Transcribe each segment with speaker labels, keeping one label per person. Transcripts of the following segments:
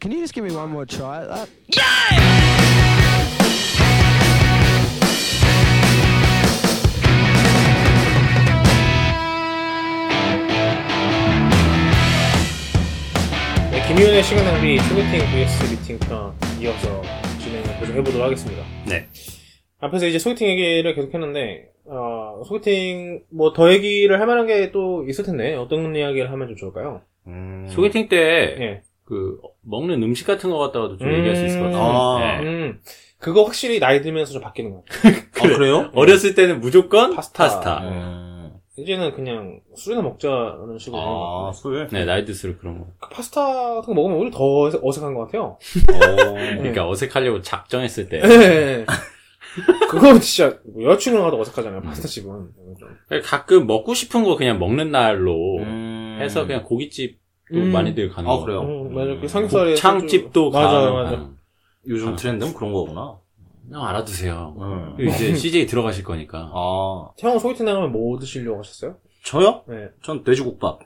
Speaker 1: Can you just give me one more try at that?
Speaker 2: 네, 김희원의 시간 낭비 소개팅 vs 미팅 편 이어서 진행을 계속 해보도록 하겠습니다.
Speaker 3: 네.
Speaker 2: 앞에서 이제 소개팅 얘기를 계속 했는데, 어, 소개팅, 뭐, 더 얘기를 할 만한 게 또 있을 텐데, 어떤 이야기를 하면 좀 좋을까요?
Speaker 3: 소개팅 때,
Speaker 2: 예.
Speaker 3: 그, 먹는 음식 같은 거 갖다가도 좀
Speaker 2: 음.
Speaker 3: 얘기할 수 있을 것 같아요.
Speaker 4: 아.
Speaker 3: 네.
Speaker 2: 음, 그거 확실히 나이 들면서 좀 바뀌는 것 같아요.
Speaker 4: 아, 그래요?
Speaker 3: 어렸을 때는 무조건
Speaker 2: 파스타.
Speaker 3: 파스타.
Speaker 4: 음.
Speaker 2: 이제는 그냥 술이나 먹자는 식으로.
Speaker 4: 아, 술?
Speaker 3: 네, 나이 들수록 그런 거.
Speaker 2: 그 파스타 같은 거 먹으면 오히려 더 어색- 어색한 것 같아요.
Speaker 4: 어.
Speaker 3: 그러니까 어색하려고 작정했을 때.
Speaker 2: 예. 그거 진짜 여자친구랑 가도 어색하잖아요, 파스타 집은.
Speaker 3: 음. 가끔 먹고 싶은 거 그냥 먹는 날로
Speaker 4: 음.
Speaker 3: 해서 그냥 고깃집도
Speaker 2: 음.
Speaker 3: 많이들 가는
Speaker 4: 아,
Speaker 3: 거.
Speaker 4: 그래요?
Speaker 2: 음, 맞아요. 그
Speaker 4: 음.
Speaker 2: 삼겹살에.
Speaker 3: 곱창집도
Speaker 2: 맞아,
Speaker 3: 가는
Speaker 2: 맞아.
Speaker 3: 거.
Speaker 4: 요즘
Speaker 3: 아.
Speaker 4: 트렌드는 그런 거구나.
Speaker 3: 형 알아두세요.
Speaker 4: 음.
Speaker 3: 그리고 이제 CJ 들어가실 거니까.
Speaker 4: 아,
Speaker 2: 태형 소개팅 나가면 뭐 드시려고 하셨어요?
Speaker 4: 저요?
Speaker 2: 네.
Speaker 4: 전 돼지국밥.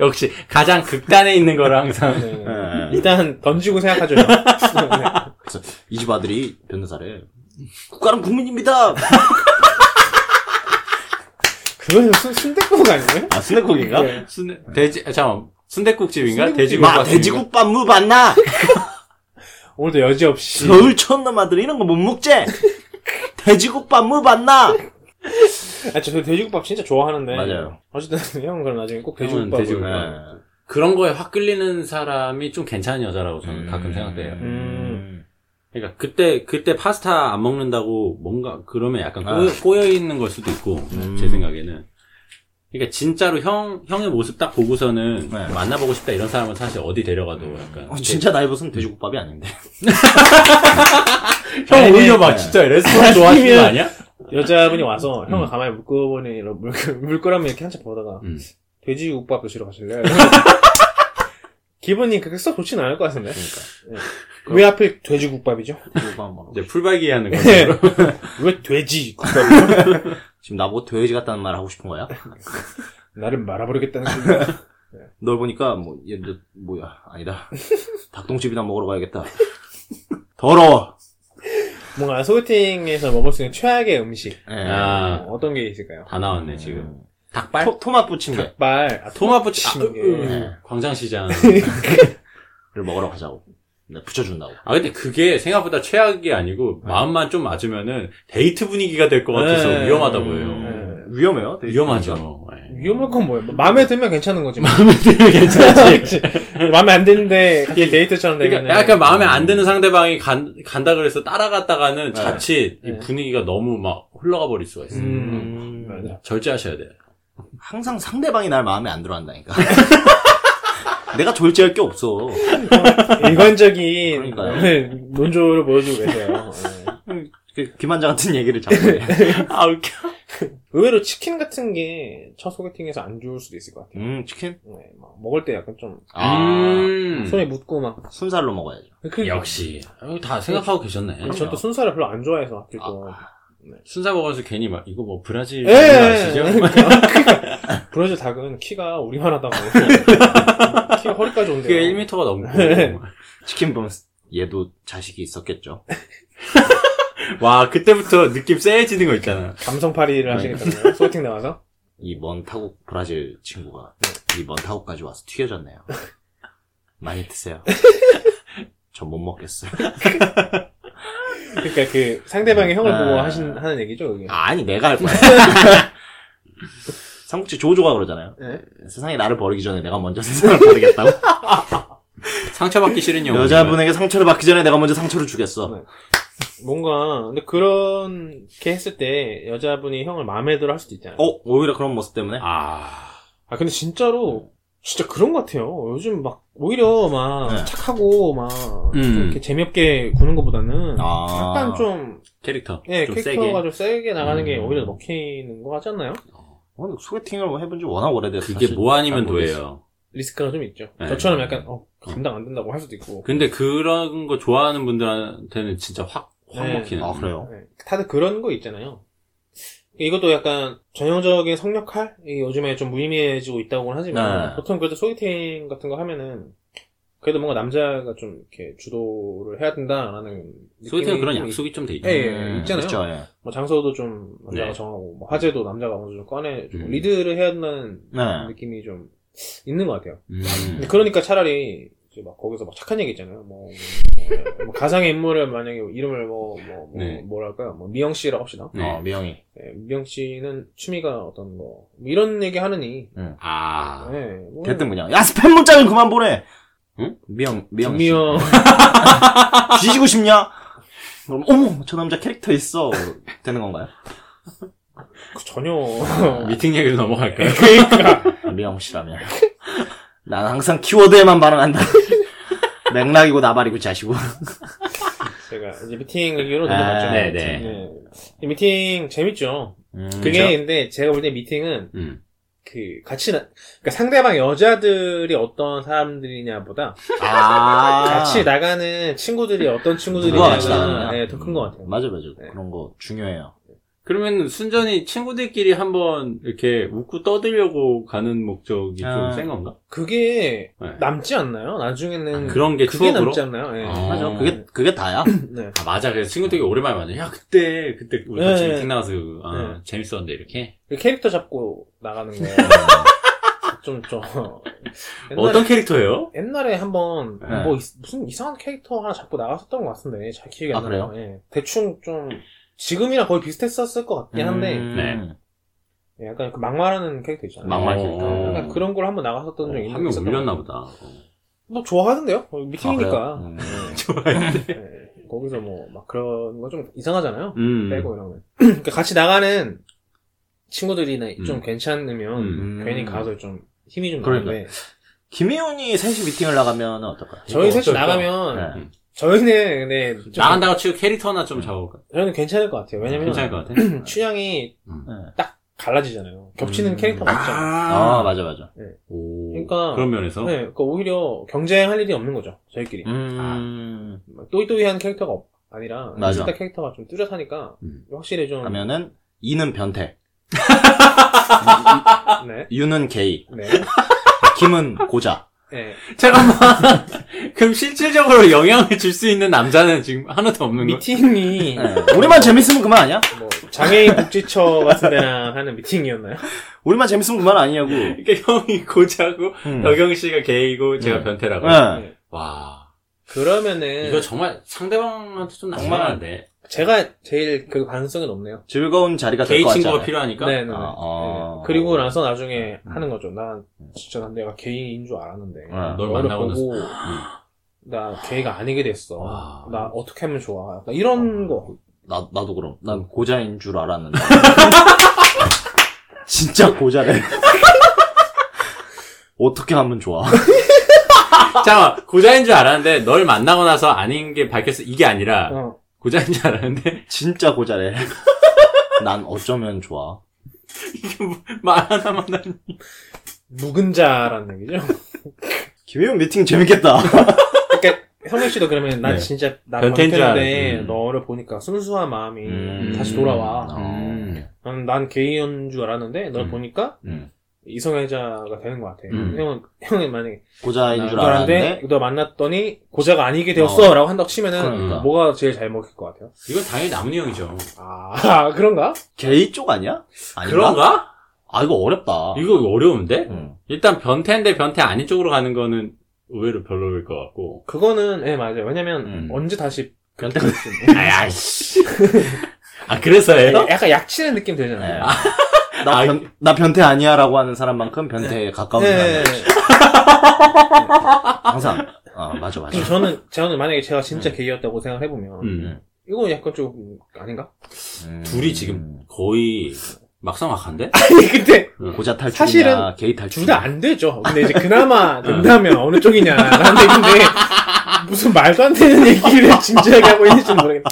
Speaker 3: 역시 가장 극단에 있는 거를 항상.
Speaker 2: 네.
Speaker 4: 예.
Speaker 2: 일단 던지고 생각하죠. 네.
Speaker 4: 이 집 아들이 변호사래. 국가는 국민입니다!
Speaker 2: 그건 순, 순대국 아니에요?
Speaker 4: 아, 스낵국인가?
Speaker 2: 네.
Speaker 3: 순 돼지 아, 잠깐 순대국집인가
Speaker 2: 순댓국집.
Speaker 4: 마,
Speaker 3: 돼지국밥
Speaker 4: 돼지국밥 무 봤나?
Speaker 2: 오늘도 여지없이.
Speaker 4: 서울 촌놈 아들 이런 거 못 먹지? 돼지국밥 무 봤나?
Speaker 2: 아, 저 돼지국밥 진짜 좋아하는데.
Speaker 4: 맞아요. 예.
Speaker 2: 어쨌든 형은 그럼 나중에 꼭
Speaker 3: 형은
Speaker 2: 네. 돼지국밥을. 네.
Speaker 3: 돼지국밥. 그런 거에 확 끌리는 사람이 좀 괜찮은 여자라고
Speaker 4: 음.
Speaker 3: 저는 가끔 생각돼요.
Speaker 2: 음.
Speaker 3: 그러니까 그때 그때 파스타 안 먹는다고 뭔가 그러면 약간
Speaker 4: 아.
Speaker 3: 꼬여, 있는 걸 수도 있고
Speaker 4: 음.
Speaker 3: 제 생각에는. 그러니까 진짜로 형 형의 모습 딱 보고서는
Speaker 4: 네.
Speaker 3: 만나보고 싶다 이런 사람은 사실 어디 데려가도 약간
Speaker 4: 어, 진짜 나이 벗은 돼지국밥이 아닌데.
Speaker 3: 형
Speaker 2: 아니,
Speaker 3: 오히려
Speaker 4: 네.
Speaker 3: 막 진짜 레스토랑 좋아하시는 거
Speaker 2: 아니면-
Speaker 3: 아니야?
Speaker 2: 여자분이 와서 형을
Speaker 3: 음.
Speaker 2: 가만히 물고보니, 이런 물, 물거라면 이렇게 한참 보다가,
Speaker 3: 음.
Speaker 2: 돼지국밥 드시러 가실래요? 기분이 그렇게 썩 좋진 않을 것 같은데. 네.
Speaker 4: 그럼-
Speaker 2: 왜 하필 돼지국밥이죠?
Speaker 4: 돼지국밥 먹어.
Speaker 3: 이제 풀박이 하는 거.
Speaker 2: 네. 왜 돼지국밥이죠? 그러니까
Speaker 4: 지금 나보고 돼지 같다는 말 하고 싶은 거야?
Speaker 2: 나를 말아버리겠다는 거야.
Speaker 4: 널 보니까 뭐, 얘, 너, 뭐야, 아니다. 닭똥집이나 먹으러 가야겠다. 더러워.
Speaker 2: 뭔가 소개팅에서 먹을 수 있는 최악의 음식.
Speaker 4: 예.
Speaker 3: 아,
Speaker 2: 어, 어떤 게 있을까요?
Speaker 3: 다 나왔네
Speaker 4: 음.
Speaker 3: 지금. 닭발?
Speaker 4: 토, 토맛 부침개를
Speaker 2: 닭발, 아,
Speaker 3: 토마토 치
Speaker 2: 아, 음.
Speaker 3: 광장시장.
Speaker 4: 먹으러 가자고. 네, 붙여준다고.
Speaker 3: 아 근데 그게 생각보다 최악이 아니고 마음만 좀 맞으면은 데이트 분위기가 될 것 같아서
Speaker 2: 네.
Speaker 3: 위험하다 보여요.
Speaker 2: 음.
Speaker 4: 위험해요? 돼지 국밥이?
Speaker 3: 위험하죠.
Speaker 2: 그렇죠.
Speaker 3: 예.
Speaker 2: 위험할 건 뭐예요? 마음에 들면 괜찮은 거지. 뭐.
Speaker 3: 마음에 들면
Speaker 2: 그렇죠.
Speaker 3: 괜찮지.
Speaker 2: 그치. 마음에 안 드는데 이게 데이트처럼 되면
Speaker 3: 네, 그러니까 약간 마음에 안 드는 상대방이 간, 간다 그래서 따라갔다가는
Speaker 4: 네.
Speaker 3: 자칫 이
Speaker 2: 네.
Speaker 3: 분위기가 너무 막 흘러가 버릴 수가 있어요.
Speaker 4: 음.
Speaker 2: 맞아.
Speaker 3: 절제하셔야 돼요.
Speaker 4: 항상 상대방이 날 마음에 안 들어 한다니까. 내가 졸지할 게 없어.
Speaker 2: 일관적인
Speaker 4: 그러니까요.
Speaker 2: 네, 논조를 보여주고 계세요. 네.
Speaker 4: 그 김한자 같은 얘기를 자꾸 해.
Speaker 3: 아 웃겨.
Speaker 2: 의외로 치킨 같은 게 첫 소개팅에서 안 좋을 수도 있을 것 같아요.
Speaker 4: 음, 치킨?
Speaker 2: 네, 막 먹을 때 약간 좀
Speaker 4: 아,
Speaker 3: 음.
Speaker 2: 손에 묻고 막.
Speaker 4: 순살로 먹어야죠.
Speaker 2: 그, 그렇죠.
Speaker 3: 역시 아유, 다 생각하고 계셨네.
Speaker 2: 저는 또 순살을 별로 안 좋아해서 하필 또
Speaker 3: 순살 먹어서 괜히 막 이거 뭐 브라질
Speaker 2: 예,
Speaker 3: 아시죠?
Speaker 2: 브라질 닭은 키가 우리만하다고 키가 허리까지 온대요.
Speaker 3: 그게 1m가 넘고
Speaker 2: 예.
Speaker 4: 치킨 보면 얘도 자식이 있었겠죠.
Speaker 3: 와 그때부터 느낌 쎄해지는 거 있잖아.
Speaker 2: 감성팔이를
Speaker 3: 네.
Speaker 2: 하시니까요. 소개팅 나와서
Speaker 4: 이 먼 타국 브라질 친구가
Speaker 2: 네.
Speaker 4: 이 먼 타국까지 와서 튀겨졌네요. 많이 드세요. 전 못 먹겠어요.
Speaker 2: 그러니까 그 상대방의 형을 보고
Speaker 4: 아.
Speaker 2: 하신 하는 얘기죠. 그게.
Speaker 4: 아, 아니 내가 할 거야. 삼국지 조조가 그러잖아요.
Speaker 2: 네.
Speaker 4: 세상이 나를 버리기 전에 내가 먼저 세상을 버리겠다고.
Speaker 3: 상처받기 싫은 영혼.
Speaker 4: 여자분에게 상처를 받기 전에 내가 먼저 상처를
Speaker 2: 네.
Speaker 4: 주겠어.
Speaker 2: 뭔가 근데 그런 게 했을 때 여자분이 형을 마음에 들어 할 수도 있잖아요.
Speaker 4: 어, 오히려 그런 모습 때문에.
Speaker 3: 아
Speaker 2: 아 근데 진짜로 진짜 그런 것 같아요. 요즘 막 오히려 막
Speaker 4: 네.
Speaker 2: 착하고 막
Speaker 3: 음.
Speaker 2: 이렇게 재미없게 구는 것보다는
Speaker 4: 아.
Speaker 2: 약간 좀
Speaker 3: 캐릭터
Speaker 2: 예,
Speaker 3: 좀 세게.
Speaker 2: 캐릭터가 좀 세게 나가는 게
Speaker 4: 음.
Speaker 2: 오히려 먹히는 거 같지 않나요?
Speaker 4: 어, 근데 소개팅을 뭐 해본 지 워낙 오래돼서.
Speaker 3: 그게
Speaker 4: 사실
Speaker 3: 뭐 아니면
Speaker 4: 잘 모르겠어요.
Speaker 3: 도예요.
Speaker 2: 리스크가 좀 있죠.
Speaker 3: 네.
Speaker 2: 저처럼 약간 어, 감당 안 된다고 할 수도 있고.
Speaker 3: 근데 그런 거 좋아하는 분들한테는 진짜 확 확
Speaker 2: 네.
Speaker 3: 먹히는.
Speaker 4: 아, 그래요?
Speaker 2: 네. 다들 그런 거 있잖아요. 이것도 약간 전형적인 성역할? 이게 요즘에 좀 무의미해지고 있다고는 하지만
Speaker 3: 네.
Speaker 2: 보통 그래도 소개팅 같은 거 하면은 그래도 뭔가 남자가 좀 이렇게 주도를 해야 된다라는
Speaker 3: 소개팅은
Speaker 2: 느낌이
Speaker 3: 그런
Speaker 2: 좀
Speaker 3: 약속이 좀 돼 있죠.
Speaker 2: 예, 예.
Speaker 4: 음,
Speaker 2: 있잖아요.
Speaker 4: 그렇죠, 예.
Speaker 2: 있- 뭐 장소도 좀 남자가
Speaker 3: 네.
Speaker 2: 정하고 뭐 화제도 남자가 먼저 좀 꺼내주고
Speaker 3: 음.
Speaker 2: 리드를 해야 된다는
Speaker 4: 네.
Speaker 2: 느낌이 좀 있는 것 같아요.
Speaker 3: 음.
Speaker 2: 근데 그러니까 차라리 이제 막 거기서 막 착한 얘기 있잖아요. 뭐, 뭐, 뭐 가상의 인물을 만약에 이름을 뭐, 뭐, 뭐
Speaker 3: 네.
Speaker 2: 뭐랄까요? 뭐 미영 씨라고 합시다.
Speaker 3: 네.
Speaker 4: 어, 미영이.
Speaker 2: 예, 미영 씨는 취미가 어떤 거, 뭐 이런 얘기 하느니.
Speaker 3: 아.
Speaker 2: 예, 뭐,
Speaker 4: 됐든 그냥. 야, 스팸 문자는 그만 보내!
Speaker 3: 응?
Speaker 4: 미영, 미영. 씨.
Speaker 2: 김미영.
Speaker 4: 뒤지고 싶냐? 그럼, 어머, 저 남자 캐릭터 있어. 되는 건가요?
Speaker 2: 전혀. 아.
Speaker 3: 미팅 얘기로 넘어갈까요?
Speaker 4: 아, 미영 씨라면. 난 항상 키워드에만 반응한다. 맥락이고 나발이고 자시고.
Speaker 2: 제가 이제 미팅 얘기로 넘어갔죠.
Speaker 4: 아,
Speaker 3: 네, 네.
Speaker 2: 이 미팅 재밌죠.
Speaker 4: 음,
Speaker 2: 그게
Speaker 4: 그렇죠?
Speaker 2: 근데 제가 볼 때 미팅은
Speaker 3: 음.
Speaker 2: 그 같이 나, 그러니까 상대방 여자들이 어떤 사람들이냐보다
Speaker 4: 아.
Speaker 2: 같이 나가는 친구들이 어떤
Speaker 4: 누가 같이 나가느냐?
Speaker 2: 친구들이냐가 더 큰 것 같아요.
Speaker 4: 맞아, 맞아.
Speaker 2: 네.
Speaker 4: 그런 거 중요해요.
Speaker 3: 그러면 순전히 친구들끼리 한번 이렇게 웃고 떠들려고 가는 목적이
Speaker 4: 아.
Speaker 3: 좀 센 건가? 그게
Speaker 2: 그게
Speaker 3: 네.
Speaker 2: 남지 않나요? 나중에는
Speaker 3: 아, 그런 게
Speaker 2: 그게
Speaker 3: 추억으로?
Speaker 2: 남지 않나요? 예.
Speaker 3: 아.
Speaker 4: 맞아.
Speaker 3: 어.
Speaker 4: 그게, 그게 다야.
Speaker 2: 네.
Speaker 3: 아 맞아 그래서 친구들이 오랜만에 만나 야 그때 그때 우리 같이
Speaker 2: 네.
Speaker 3: 미팅 나가서 그- 아, 재밌었는데 이렇게
Speaker 2: 그 캐릭터 잡고 나가는 거. 좀, 좀. 옛날에,
Speaker 3: 어떤 캐릭터예요?
Speaker 2: 옛날에 한 번,
Speaker 3: 네.
Speaker 2: 뭐, 있- 무슨 이상한 캐릭터 하나 잡고 나갔었던 것 같은데, 잘 기억이 안
Speaker 4: 아,
Speaker 2: 나요. 예. 대충 좀, 지금이랑 거의 비슷했었을 것 같긴 한데,
Speaker 4: 음,
Speaker 3: 네.
Speaker 2: 예, 약간 그 막말하는 캐릭터 있잖아요.
Speaker 4: 막말
Speaker 3: 어.
Speaker 4: 캐릭터.
Speaker 2: 약간 그런 걸 한 번 나갔었던 적이 있는
Speaker 3: 한 명
Speaker 2: 있었던
Speaker 3: 울렸나
Speaker 2: 것 같아요.
Speaker 3: 어, 보다. 어.
Speaker 2: 뭐, 좋아하던데요? 어,
Speaker 4: 아, 그래요?
Speaker 2: 미팅이니까.
Speaker 4: 음.
Speaker 3: 좋아했는데.
Speaker 2: 예. 예. 거기서 뭐, 막 그런 거 좀 이상하잖아요?
Speaker 3: 음.
Speaker 2: 빼고 이러면. 그러니까 같이 나가는 친구들이나 좀
Speaker 3: 음.
Speaker 2: 괜찮으면,
Speaker 3: 음.
Speaker 2: 괜히 가서 좀, 힘이 좀
Speaker 4: 그러니까.
Speaker 2: 나는데
Speaker 4: 김희훈이 셋이 미팅을 나가면 어떨까요?
Speaker 2: 저희
Speaker 3: 이거
Speaker 2: 셋이
Speaker 3: 어쩔까?
Speaker 2: 나가면
Speaker 4: 네.
Speaker 2: 저희는 근데 좀-
Speaker 3: 나간다고 치고 캐릭터나 좀 잡아볼까?
Speaker 2: 저희는 괜찮을 것 같아요. 왜냐면
Speaker 3: 괜찮을 것 같아. 음.
Speaker 2: 취향이
Speaker 4: 네.
Speaker 2: 갈라지잖아요. 겹치는
Speaker 4: 음.
Speaker 2: 캐릭터가 없잖아요.
Speaker 4: 아, 맞아, 맞아.
Speaker 3: 오.
Speaker 2: 그러니까-
Speaker 3: 그런 면에서
Speaker 2: 네, 그러니까 오히려 경쟁할 일이 없는 거죠. 저희끼리
Speaker 4: 음.
Speaker 2: 또이또이한 캐릭터가 없- 아니라
Speaker 4: 맞아.
Speaker 2: 진짜 캐릭터가 좀 뚜렷하니까
Speaker 3: 음.
Speaker 2: 확실히 좀
Speaker 4: 그러면은, 이는 변태,
Speaker 2: 네,
Speaker 4: 유는 게이,
Speaker 2: 네,
Speaker 4: 김은 고자.
Speaker 2: 네.
Speaker 3: 잠깐만. 그럼 실질적으로 영향을 줄 수 있는 남자는 지금 하나도 없는 거.
Speaker 2: 미팅이
Speaker 4: 네. 우리만 재밌으면 그만 아니야?
Speaker 2: 뭐 장애인 복지처 같은 데나 하는 미팅이었나요?
Speaker 4: 우리만 재밌으면 그만 아니냐고.
Speaker 3: 이게 형이 고자고
Speaker 4: 음.
Speaker 3: 여경 씨가 게이고 제가
Speaker 4: 음.
Speaker 3: 변태라고.
Speaker 4: 네.
Speaker 3: 와.
Speaker 2: 그러면은
Speaker 3: 네. 이거 정말 상대방한테 좀
Speaker 4: 정말.
Speaker 3: 낭만한데.
Speaker 2: 제가 제일 그 가능성이 높네요.
Speaker 4: 즐거운 자리가 될
Speaker 3: 게이
Speaker 4: 것 같잖아요.
Speaker 3: 친구가 필요하니까.
Speaker 2: 네, 네, 네.
Speaker 4: 아, 아.
Speaker 2: 네. 그리고 나서 나중에
Speaker 4: 음.
Speaker 2: 하는 거죠. 난 진짜 난 내가 게이인 줄 알았는데.
Speaker 4: 아, 음.
Speaker 3: 널
Speaker 2: 너를
Speaker 3: 만나고
Speaker 2: 보고
Speaker 3: 나서.
Speaker 2: 나 게이가 아니게 됐어.
Speaker 3: 와.
Speaker 2: 나 어떻게 하면 좋아. 약간 이런 거.
Speaker 4: 나, 나도 그럼. 음. 난 고자인 줄 알았는데. 진짜 고자래. 어떻게 하면 좋아.
Speaker 3: 아. 잠깐만, 고자인 줄 알았는데, 널 만나고 나서 아닌 게 밝혔어. 이게 아니라,
Speaker 2: 어.
Speaker 3: 고자인 줄 알았는데,
Speaker 4: 진짜 고자래. 난 어쩌면 좋아.
Speaker 3: 말 하나만 하니.
Speaker 2: 묵은 자라는 얘기죠.
Speaker 4: 김희훈 미팅 재밌겠다.
Speaker 2: 그러니까 성민 씨도 그러면 난
Speaker 4: 네.
Speaker 2: 진짜 나
Speaker 3: 변태인 줄
Speaker 2: 변태인데
Speaker 3: 알았- 음.
Speaker 2: 너를 보니까 순수한 마음이
Speaker 4: 음.
Speaker 2: 다시 돌아와.
Speaker 4: 음.
Speaker 2: 난, 난 게이인 줄 알았는데 널
Speaker 3: 음.
Speaker 2: 보니까
Speaker 4: 음.
Speaker 2: 이성애자가 되는 것 같아.
Speaker 3: 음.
Speaker 2: 형은 형이 만약에
Speaker 4: 고자인
Speaker 2: 나
Speaker 4: 줄
Speaker 2: 줄 알았는데
Speaker 4: 알았는데.
Speaker 2: 너 만났더니 고자가 아니게 되었어라고 한다고 치면은
Speaker 4: 그러니까.
Speaker 2: 뭐가 제일 잘 먹힐 것 같아요?
Speaker 3: 이건 당연히 남은이 형이죠.
Speaker 2: 아 그런가?
Speaker 4: 게이 쪽 아니야? 아닌가?
Speaker 3: 그런가?
Speaker 4: 아, 이거 어렵다.
Speaker 3: 이거 어려운데?
Speaker 4: 음.
Speaker 3: 일단 변태인데 변태 아닌 쪽으로 가는 거는 의외로 별로일 것 같고.
Speaker 2: 그거는 예 맞아요. 왜냐면
Speaker 4: 음.
Speaker 2: 언제 다시 그
Speaker 4: 변태
Speaker 3: 아야, 씨. 아, 그래서예요?
Speaker 2: 약간 약치는 느낌
Speaker 4: 네.
Speaker 2: 되잖아요. 예,
Speaker 4: 나,
Speaker 3: 아,
Speaker 4: 변, 나 변태 아니야 라고 하는 사람만큼 변태에 가까운
Speaker 2: 예.
Speaker 4: 사람. 항상. 어, 맞아, 맞아.
Speaker 2: 그럼 저는 저는 만약에 제가 진짜 게이였다고 생각해 보면
Speaker 3: 음.
Speaker 2: 이거 약간 좀 아닌가?
Speaker 4: 음.
Speaker 3: 둘이 지금 거의 막상막한데?
Speaker 2: 아니 근데
Speaker 4: 그 고자 탈출이냐,
Speaker 2: 사실은
Speaker 4: 게이 탈출.
Speaker 2: 둘 다 안 되죠. 근데 이제 그나마 된다면 어느 쪽이냐라는 얘기인데 무슨 말도 안 되는 얘기를 진지하게 하고 있는지 모르겠다.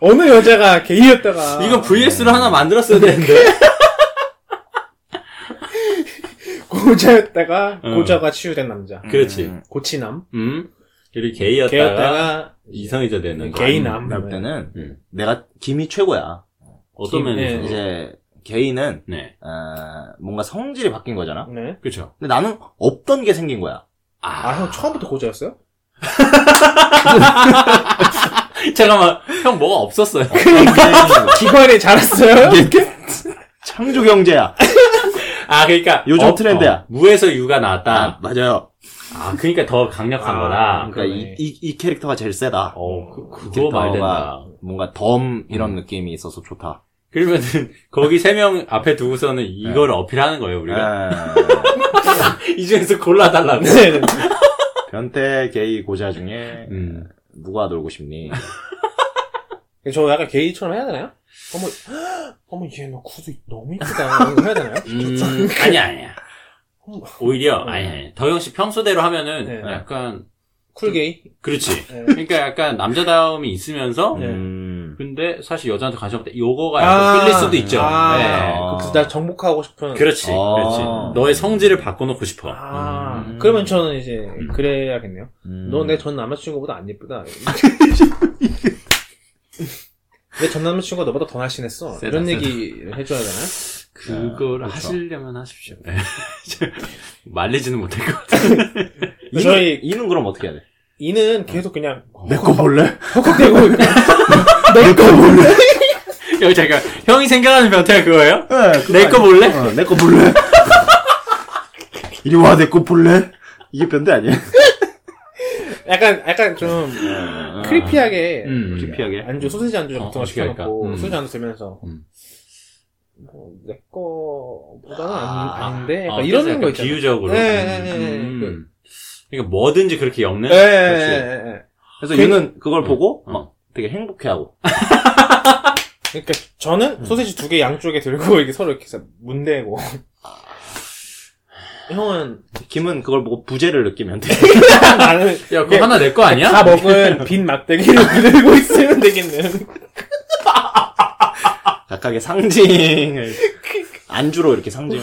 Speaker 2: 어느 여자가 게이였다가
Speaker 3: 이거 VS를 하나 만들었어야 되는데.
Speaker 2: 고자였다가
Speaker 3: 음.
Speaker 2: 고자가 치유된 남자,
Speaker 3: 그렇지.
Speaker 2: 고치남,
Speaker 3: 음. 그리고 게이였다가,
Speaker 2: 게였다가
Speaker 3: 이성애자 되는 거.
Speaker 2: 게이남.
Speaker 4: 나 때는
Speaker 3: 음.
Speaker 4: 내가 김이 최고야.
Speaker 3: 어떤
Speaker 2: 김-
Speaker 3: 면에서?
Speaker 2: 네.
Speaker 4: 이제 게이는
Speaker 3: 네.
Speaker 4: 어, 뭔가 성질이 바뀐 거잖아.
Speaker 2: 네.
Speaker 3: 그쵸.
Speaker 4: 근데 나는 없던 게 생긴 거야.
Speaker 2: 아, 형 처음부터 고자였어요?
Speaker 3: 잠깐만, 형 뭐가 없었어요?
Speaker 2: 기관에 자랐어요?
Speaker 4: 네. 창조 경제야.
Speaker 3: 아, 그러니까.
Speaker 4: 요즘
Speaker 3: 어,
Speaker 4: 트렌드야.
Speaker 3: 어, 무에서 유가 나왔다.
Speaker 4: 아, 맞아요.
Speaker 3: 아, 그러니까 더 강력한
Speaker 2: 아,
Speaker 3: 거다.
Speaker 4: 그러니까 이,
Speaker 2: 그러네.
Speaker 4: 이, 이 캐릭터가 제일 세다.
Speaker 3: 어, 그, 그거
Speaker 4: 캐릭터가
Speaker 3: 말된다.
Speaker 4: 뭔가 덤 이런 느낌이 있어서 좋다.
Speaker 3: 그러면은, 거기 세 명 앞에 두고서는 이걸 어필하는 거예요, 우리가.
Speaker 4: 에,
Speaker 3: 이 중에서 골라달라고.
Speaker 2: 네.
Speaker 4: 변태 게이 고자 중에
Speaker 3: 음.
Speaker 4: 누가 놀고 싶니?
Speaker 2: 네. 저 약간 게이처럼 해야 되나요? 어머, 어머 얘 너 구두 너무 이쁘다. 이거 해야 되나요?
Speaker 3: 음, 아니야, 아니야.
Speaker 2: 어머,
Speaker 3: 오히려,
Speaker 2: 음.
Speaker 3: 아니, 아니. 더영 씨 평소대로 하면은,
Speaker 2: 네.
Speaker 3: 약간,
Speaker 2: 쿨 게이.
Speaker 3: 그렇지.
Speaker 2: 네.
Speaker 3: 그러니까 약간 남자다움이 있으면서,
Speaker 2: 네.
Speaker 4: 음.
Speaker 3: 근데 사실 여자한테 관심 없다. 요거가 약간 끌릴 수도 있죠.
Speaker 2: 아,
Speaker 3: 네.
Speaker 4: 아.
Speaker 2: 그래서 나 정복하고 싶은.
Speaker 3: 그렇지,
Speaker 4: 아.
Speaker 3: 그렇지. 너의 성질을 바꿔놓고 싶어.
Speaker 2: 아,
Speaker 4: 음.
Speaker 2: 그러면 저는 이제 그래야겠네요.
Speaker 4: 음.
Speaker 2: 너 내 전 남자친구보다 안 예쁘다. 내 전 남자친구가 너보다 더 날씬했어.
Speaker 3: 세다,
Speaker 2: 이런
Speaker 3: 세다.
Speaker 2: 얘기를 해줘야 되나요?
Speaker 3: 네, 그걸
Speaker 4: 아, 그렇죠.
Speaker 3: 하시려면 하십시오. 네. 말리지는 못할 것 같아요.
Speaker 4: 이는,
Speaker 2: 저희-
Speaker 4: 이는 그럼 어떻게 해야 돼?
Speaker 2: 이는 계속 그냥
Speaker 3: 어.
Speaker 2: 네?
Speaker 4: 내 거 볼래?
Speaker 2: 헉헉대고
Speaker 4: 내거 볼래?
Speaker 3: 여기 잠깐 형이 생각하는 변태가 그거예요? 내 거 볼래?
Speaker 4: 어, 내 거 볼래? 이리 와, 내 거 볼래? 이게 변대 아니야?
Speaker 2: 약간 약간 좀 크리피하게
Speaker 3: 아. 음.
Speaker 4: 크리피하게?
Speaker 2: 안주 소세지 안주
Speaker 3: 어,
Speaker 2: 같은 거
Speaker 3: 어떻게 할까?
Speaker 2: 시켜놓고
Speaker 3: 음.
Speaker 2: 소세지 안주 들면서
Speaker 3: 음.
Speaker 2: 뭐, 내 거보다는
Speaker 3: 아,
Speaker 2: 아닌, 데
Speaker 3: 아,
Speaker 2: 이런
Speaker 3: 그래서
Speaker 2: 거
Speaker 3: 약간
Speaker 2: 있잖아.
Speaker 3: 비유적으로. 음.
Speaker 2: 네, 네, 네, 네.
Speaker 3: 그러니까 뭐든지 그렇게 엮는.
Speaker 2: 예, 예,
Speaker 3: 그렇지.
Speaker 2: 예, 예.
Speaker 4: 그래서 얘는 그걸 보고
Speaker 3: 어.
Speaker 4: 막 되게 행복해하고.
Speaker 2: 그러니까 저는 소세지 두 개 양쪽에 들고 이게 서로 이렇게 해서 문대고 형은
Speaker 4: 김은 그걸 보고 부재를 느끼면 돼.
Speaker 2: 나는
Speaker 3: 야, 그거 하나 내 거 아니야?
Speaker 2: 다 먹은 빈 막대기를 들고 있으면 되겠네.
Speaker 4: 각각의 상징을 안주로 이렇게 상징을.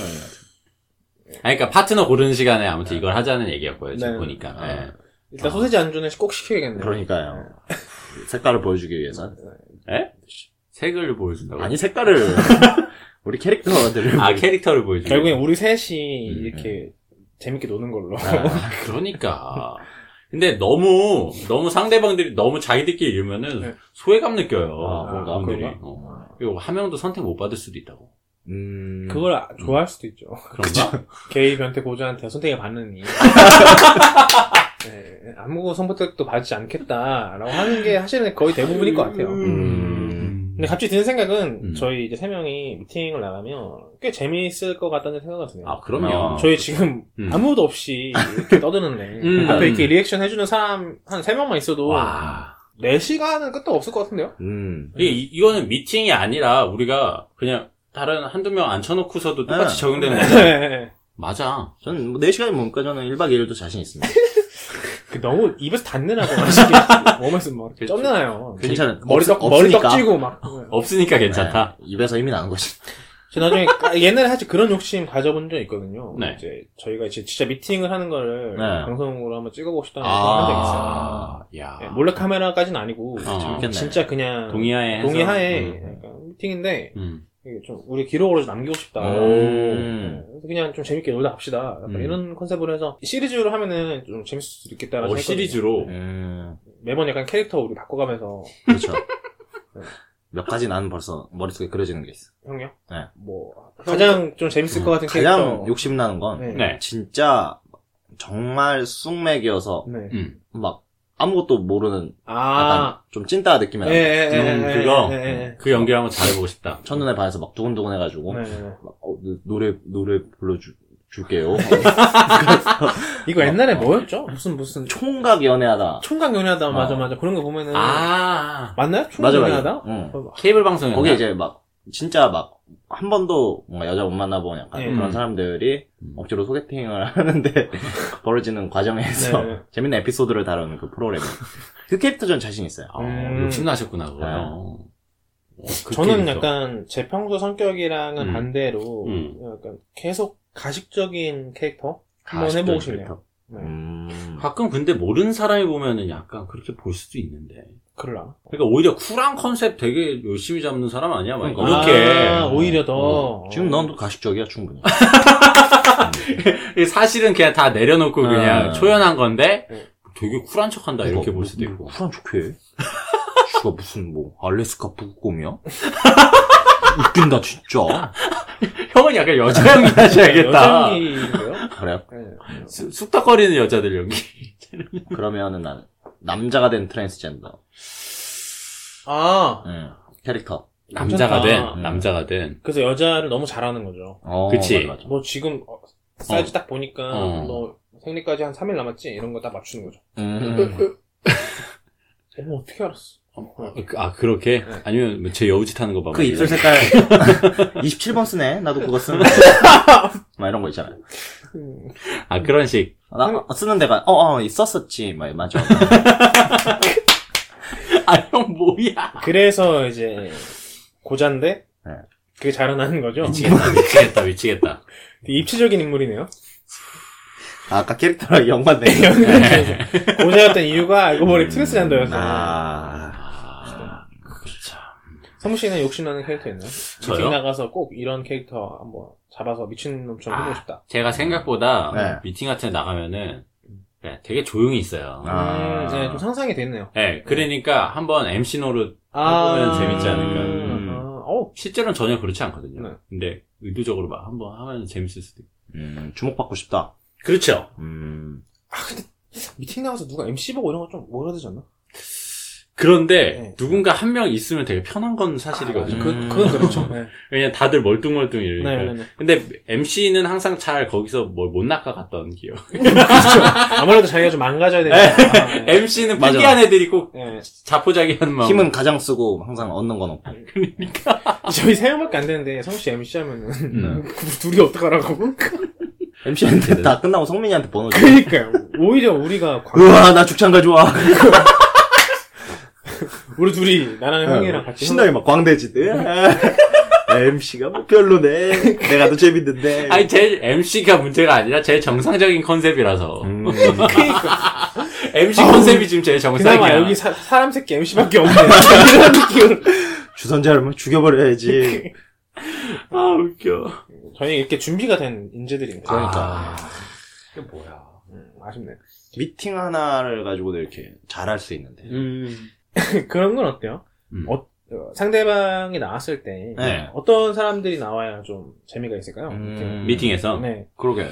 Speaker 3: 아니, 그러니까 파트너 고르는 시간에 아무튼 이걸 하자는 얘기였고요. 지금
Speaker 2: 네.
Speaker 3: 보니까.
Speaker 4: 아.
Speaker 3: 네.
Speaker 2: 일단 소세지 안주는 꼭 시켜야겠네요. 네.
Speaker 4: 그러니까요. 색깔을 보여주기 위해서.
Speaker 3: 색을 보여준다고.
Speaker 4: 아니 색깔을 우리 캐릭터들을.
Speaker 3: 아, 캐릭터를 보여준다.
Speaker 2: 결국엔 우리 셋이
Speaker 3: 음,
Speaker 2: 이렇게 재밌게 노는 걸로.
Speaker 4: 음.
Speaker 3: 아, 그러니까. 근데 너무, 너무 상대방들이 너무 자기들끼리 이러면은
Speaker 2: 네.
Speaker 3: 소외감 느껴요.
Speaker 4: 아,
Speaker 2: 뭔가
Speaker 3: 분들이.
Speaker 4: 그런가?
Speaker 3: 어. 그리고 한 명도 선택 못 받을 수도 있다고.
Speaker 4: 음.
Speaker 2: 그걸 아- 좋아할 수도 있죠.
Speaker 3: 그런가?
Speaker 2: 게이 변태 고자한테 선택해 받느니. 네, 아무 성부택도 받지 않겠다라고 하는 게 사실은 거의 대부분일 것 같아요.
Speaker 4: 음.
Speaker 2: 근데 갑자기 드는 생각은
Speaker 3: 음.
Speaker 2: 저희 이제 세 명이 미팅을 나가면 꽤 재미있을 것 같다는 생각이 드네요.
Speaker 3: 아, 그럼요.
Speaker 4: 어.
Speaker 2: 저희 지금
Speaker 3: 음.
Speaker 2: 아무도 없이 이렇게 떠드는데
Speaker 3: 음.
Speaker 2: 앞에 이렇게 리액션 해주는 사람 한 세 명만 있어도
Speaker 3: 와.
Speaker 2: 네 시간은 끝도 없을 것 같은데요?
Speaker 4: 음.
Speaker 3: 이게, 이- 이거는 미팅이 아니라 우리가 그냥 다른 한두 명 앉혀놓고서도 똑같이
Speaker 4: 네.
Speaker 3: 적용되는 거야.
Speaker 2: 네.
Speaker 3: 맞아.
Speaker 4: 저는 뭐 4시간이 뭡니까? 저는 1박 2일도 자신 있습니다.
Speaker 2: 그 너무 입에서 단내나고 막 몸에서 막
Speaker 3: 그치.
Speaker 2: 쫓나요?
Speaker 4: 괜찮은
Speaker 2: 그러니까 머리 떡 머리 떡 찌고 막.
Speaker 3: 없으니까
Speaker 4: 네.
Speaker 3: 괜찮다.
Speaker 4: 입에서 힘이 나는 거지.
Speaker 2: 저 나중에 까- 옛날에 사실 그런 욕심 가져본 적 있거든요.
Speaker 3: 네.
Speaker 2: 이제 저희가 이제 진짜 미팅을 하는 거를
Speaker 4: 네.
Speaker 2: 방송으로 한번 찍어보고 싶다는 생각한 적 있어요.
Speaker 3: 아, 야.
Speaker 2: 네, 몰래 카메라까지는 아니고
Speaker 3: 어,
Speaker 4: 재밌겠네.
Speaker 2: 진짜 그냥
Speaker 3: 동의하에. 해서.
Speaker 2: 동의하에
Speaker 3: 음.
Speaker 2: 약간 미팅인데
Speaker 3: 음.
Speaker 2: 이게 좀 우리 기록으로 좀 남기고 싶다.
Speaker 4: 음.
Speaker 2: 네, 그냥 좀 재밌게 놀다 갑시다. 약간
Speaker 3: 음.
Speaker 2: 이런 컨셉으로 해서 시리즈로 하면은 좀 재밌을 수도 있겠다라는
Speaker 3: 어,
Speaker 2: 생각이
Speaker 3: 시리즈로.
Speaker 2: 들어요.
Speaker 4: 음.
Speaker 2: 매번 약간 캐릭터 우리 바꿔가면서
Speaker 4: 그렇죠. 몇 가지 나는 벌써 머릿속에 그려지는 게 있어.
Speaker 2: 형이요?
Speaker 4: 네.
Speaker 2: 뭐 가장 좀 재밌을 것 같은
Speaker 4: 가장
Speaker 2: 캐릭터.
Speaker 4: 욕심 나는 건
Speaker 2: 네.
Speaker 3: 네.
Speaker 4: 진짜 정말 쑥맥이어서
Speaker 2: 네.
Speaker 3: 음.
Speaker 4: 막 아무것도 모르는
Speaker 2: 아,
Speaker 4: 약간 좀 찐따 느낌이 나요.
Speaker 2: 예, 예,
Speaker 3: 음,
Speaker 2: 예,
Speaker 3: 그거.
Speaker 2: 예, 예,
Speaker 3: 그 연기 한번 잘해보고 싶다.
Speaker 4: 첫눈에 반해서 막 두근두근 해가지고
Speaker 2: 예. 예.
Speaker 4: 막, 어, 노- 노래 노래 불러주 줄게요.
Speaker 2: 이거 옛날에 뭐였죠? 무슨 무슨 초-
Speaker 4: 총각 연애하다.
Speaker 2: 총각 연애하다
Speaker 4: 어.
Speaker 2: 맞아 맞아 그런 거 보면은
Speaker 3: 아.
Speaker 2: 맞나요? 총각
Speaker 4: 맞아
Speaker 2: 연애하다?
Speaker 4: 맞아. 응.
Speaker 2: 어,
Speaker 3: 케이블 방송에.
Speaker 4: 거기 이제 막 진짜 막 한 번도 뭔가 여자 못 만나본 약간
Speaker 2: 음.
Speaker 4: 그런 사람들이
Speaker 3: 음.
Speaker 4: 억지로 소개팅을 하는데 벌어지는 과정에서
Speaker 2: 네.
Speaker 4: 재밌는 에피소드를 다루는 그 프로그램. 그 캐릭터 전 자신 있어요.
Speaker 3: 아,
Speaker 2: 음.
Speaker 3: 욕심나셨구나, 그거.
Speaker 4: 네.
Speaker 3: 어, 그
Speaker 2: 저는
Speaker 3: 캐릭터.
Speaker 2: 약간 제 평소 성격이랑은
Speaker 3: 음.
Speaker 2: 반대로
Speaker 3: 음.
Speaker 2: 약간 계속 가식적인 캐릭터 한번 해보고 싶네요.
Speaker 4: 음.
Speaker 3: 가끔 근데 모르는 사람이 보면은 약간 그렇게 볼 수도 있는데.
Speaker 2: 그럴라.
Speaker 3: 그러니까 오히려 쿨한 컨셉 되게 열심히 잡는 사람 아니야, 막
Speaker 4: 그러니까.
Speaker 2: 아,
Speaker 3: 이렇게.
Speaker 2: 오히려 더.
Speaker 4: 음. 지금 넌 가식적이야, 충분히. 음.
Speaker 3: 사실은 그냥 다 내려놓고 그냥
Speaker 4: 아.
Speaker 3: 초연한 건데
Speaker 2: 네.
Speaker 3: 되게 쿨한 척한다 이렇게
Speaker 4: 뭐,
Speaker 3: 볼 수도
Speaker 4: 뭐,
Speaker 3: 있고.
Speaker 4: 쿨한 척해. 슈가 무슨 뭐 알래스카 북극곰이야? 웃긴다 진짜. 네,
Speaker 3: 형은 약간 여자 연기 하셔야겠다.
Speaker 2: 여장기고요.
Speaker 4: 그래요?
Speaker 2: 네.
Speaker 3: 수- 숙닥거리는 여자들 연기.
Speaker 4: 그러면은 난 남자가 된 트랜스젠더.
Speaker 2: 아,
Speaker 4: 응. 캐릭터.
Speaker 3: 남자가
Speaker 2: 괜찮다. 네.
Speaker 3: 된, 남자가 된.
Speaker 2: 그래서 여자를 너무 잘하는 거죠.
Speaker 4: 어,
Speaker 3: 그치.
Speaker 4: 맞아, 맞아.
Speaker 2: 너 지금 어, 사이즈 딱 보니까
Speaker 3: 어.
Speaker 2: 너 생리까지 한 3일 남았지? 이런 거 딱 맞추는 거죠.
Speaker 4: 음.
Speaker 2: 어머, 어떻게 알았어?
Speaker 3: 아, 그렇게?
Speaker 2: 네.
Speaker 3: 아니면 뭐제 여우짓 하는 거 봐.
Speaker 4: 그 입술 색깔 27번 쓰네. 나도 그거 쓰는데. 막 이런 거 있잖아.
Speaker 2: 음.
Speaker 3: 아, 그런 식.
Speaker 4: 나 어, 쓰는 데가 어, 어 있었었지. 막 맞아.
Speaker 3: 아, 형 뭐야.
Speaker 2: 그래서 이제 고자인데
Speaker 4: 네.
Speaker 2: 그게 자라나는 거죠.
Speaker 3: 미치겠다, 미치겠다, 미치겠다.
Speaker 2: 되게 입체적인 인물이네요.
Speaker 4: 아, 아까 캐릭터랑 연관된. 거.
Speaker 3: 네.
Speaker 2: 고자였던 이유가 알고 보니 트랜스젠더였어.
Speaker 4: 아.
Speaker 2: 성무 씨는 욕심나는 캐릭터 있나요?
Speaker 3: 저요?
Speaker 2: 미팅 나가서 꼭 이런 캐릭터 한번 잡아서 미친놈처럼 해보고
Speaker 3: 아.
Speaker 2: 싶다.
Speaker 3: 제가 생각보다
Speaker 4: 네.
Speaker 3: 미팅 같은 데 나가면은 네, 되게 조용히 있어요.
Speaker 4: 아.
Speaker 2: 음, 네, 좀 상상이 됐네요.
Speaker 3: 네, 그러니까 한번 MC 노릇 아. 해보면 재밌지 않을까.
Speaker 4: 음.
Speaker 2: 아, 어우,
Speaker 3: 실제로는 전혀 그렇지 않거든요.
Speaker 2: 네.
Speaker 3: 근데 의도적으로 막 한번 하면 재밌을 수도 있고.
Speaker 4: 음, 주목받고 싶다.
Speaker 3: 그렇죠.
Speaker 4: 음.
Speaker 2: 미팅 나가서 누가 MC 보고 이런 거 좀 몰아되지 않나?
Speaker 3: 그런데
Speaker 2: 네.
Speaker 3: 누군가 한 명 있으면 되게 편한 건 사실이거든요.
Speaker 2: 아, 그,
Speaker 4: 음.
Speaker 2: 그건 그렇죠. 네.
Speaker 3: 왜냐면 다들 멀뚱멀뚱
Speaker 2: 네, 네,
Speaker 3: 이러니까.
Speaker 2: 네.
Speaker 3: 근데 MC는 항상 잘 거기서 뭘 못 낚아갔던 기억.
Speaker 2: 아무래도 자기가 좀 망가져야 되니까. 아, 네.
Speaker 3: MC는
Speaker 4: 맞아.
Speaker 3: 특이한 애들이 꼭
Speaker 2: 네.
Speaker 3: 자포자기한 마음.
Speaker 4: 힘은 가장 쓰고 항상 얻는 건 없고.
Speaker 2: 저희 세 명밖에 안 되는데, 성우 씨 MC 하면은,
Speaker 3: 음.
Speaker 2: 그 둘이 어떡하라고?
Speaker 4: MC한테 다 끝나고 성민이한테 번호 줘.
Speaker 2: 그니까요. 오히려 우리가, 광...
Speaker 4: 우와, 나 죽창 가져와.
Speaker 2: 우리 둘이, 나랑 형이랑 같이.
Speaker 4: 네. 신나게 막 광대지. MC가 뭐 별로네. 내가 더 재밌는데.
Speaker 3: 아니 제 MC가 문제가 아니라 제 정상적인 컨셉이라서
Speaker 2: 그니까.
Speaker 3: MC 컨셉이 지금 제 정상이야.
Speaker 2: 그러니까 그나마 여기 사, 람 새끼 MC밖에 없네. 이런 느낌으로.
Speaker 4: 주선자를 막 죽여버려야지.
Speaker 3: 아 웃겨.
Speaker 2: 저희 이렇게 준비가 된 인재들입니다.
Speaker 4: 그러니까.
Speaker 3: 아, 이게 뭐야?
Speaker 2: 음, 아쉽네.
Speaker 4: 미팅 하나를 가지고도 이렇게 잘할 수 있는데.
Speaker 3: 음.
Speaker 2: 그런 건 어때요?
Speaker 3: 음.
Speaker 2: 어, 어, 상대방이 나왔을 때
Speaker 4: 네.
Speaker 2: 어떤 사람들이 나와야 좀 재미가 있을까요?
Speaker 4: 음.
Speaker 3: 미팅에서
Speaker 2: 네.
Speaker 4: 그러게.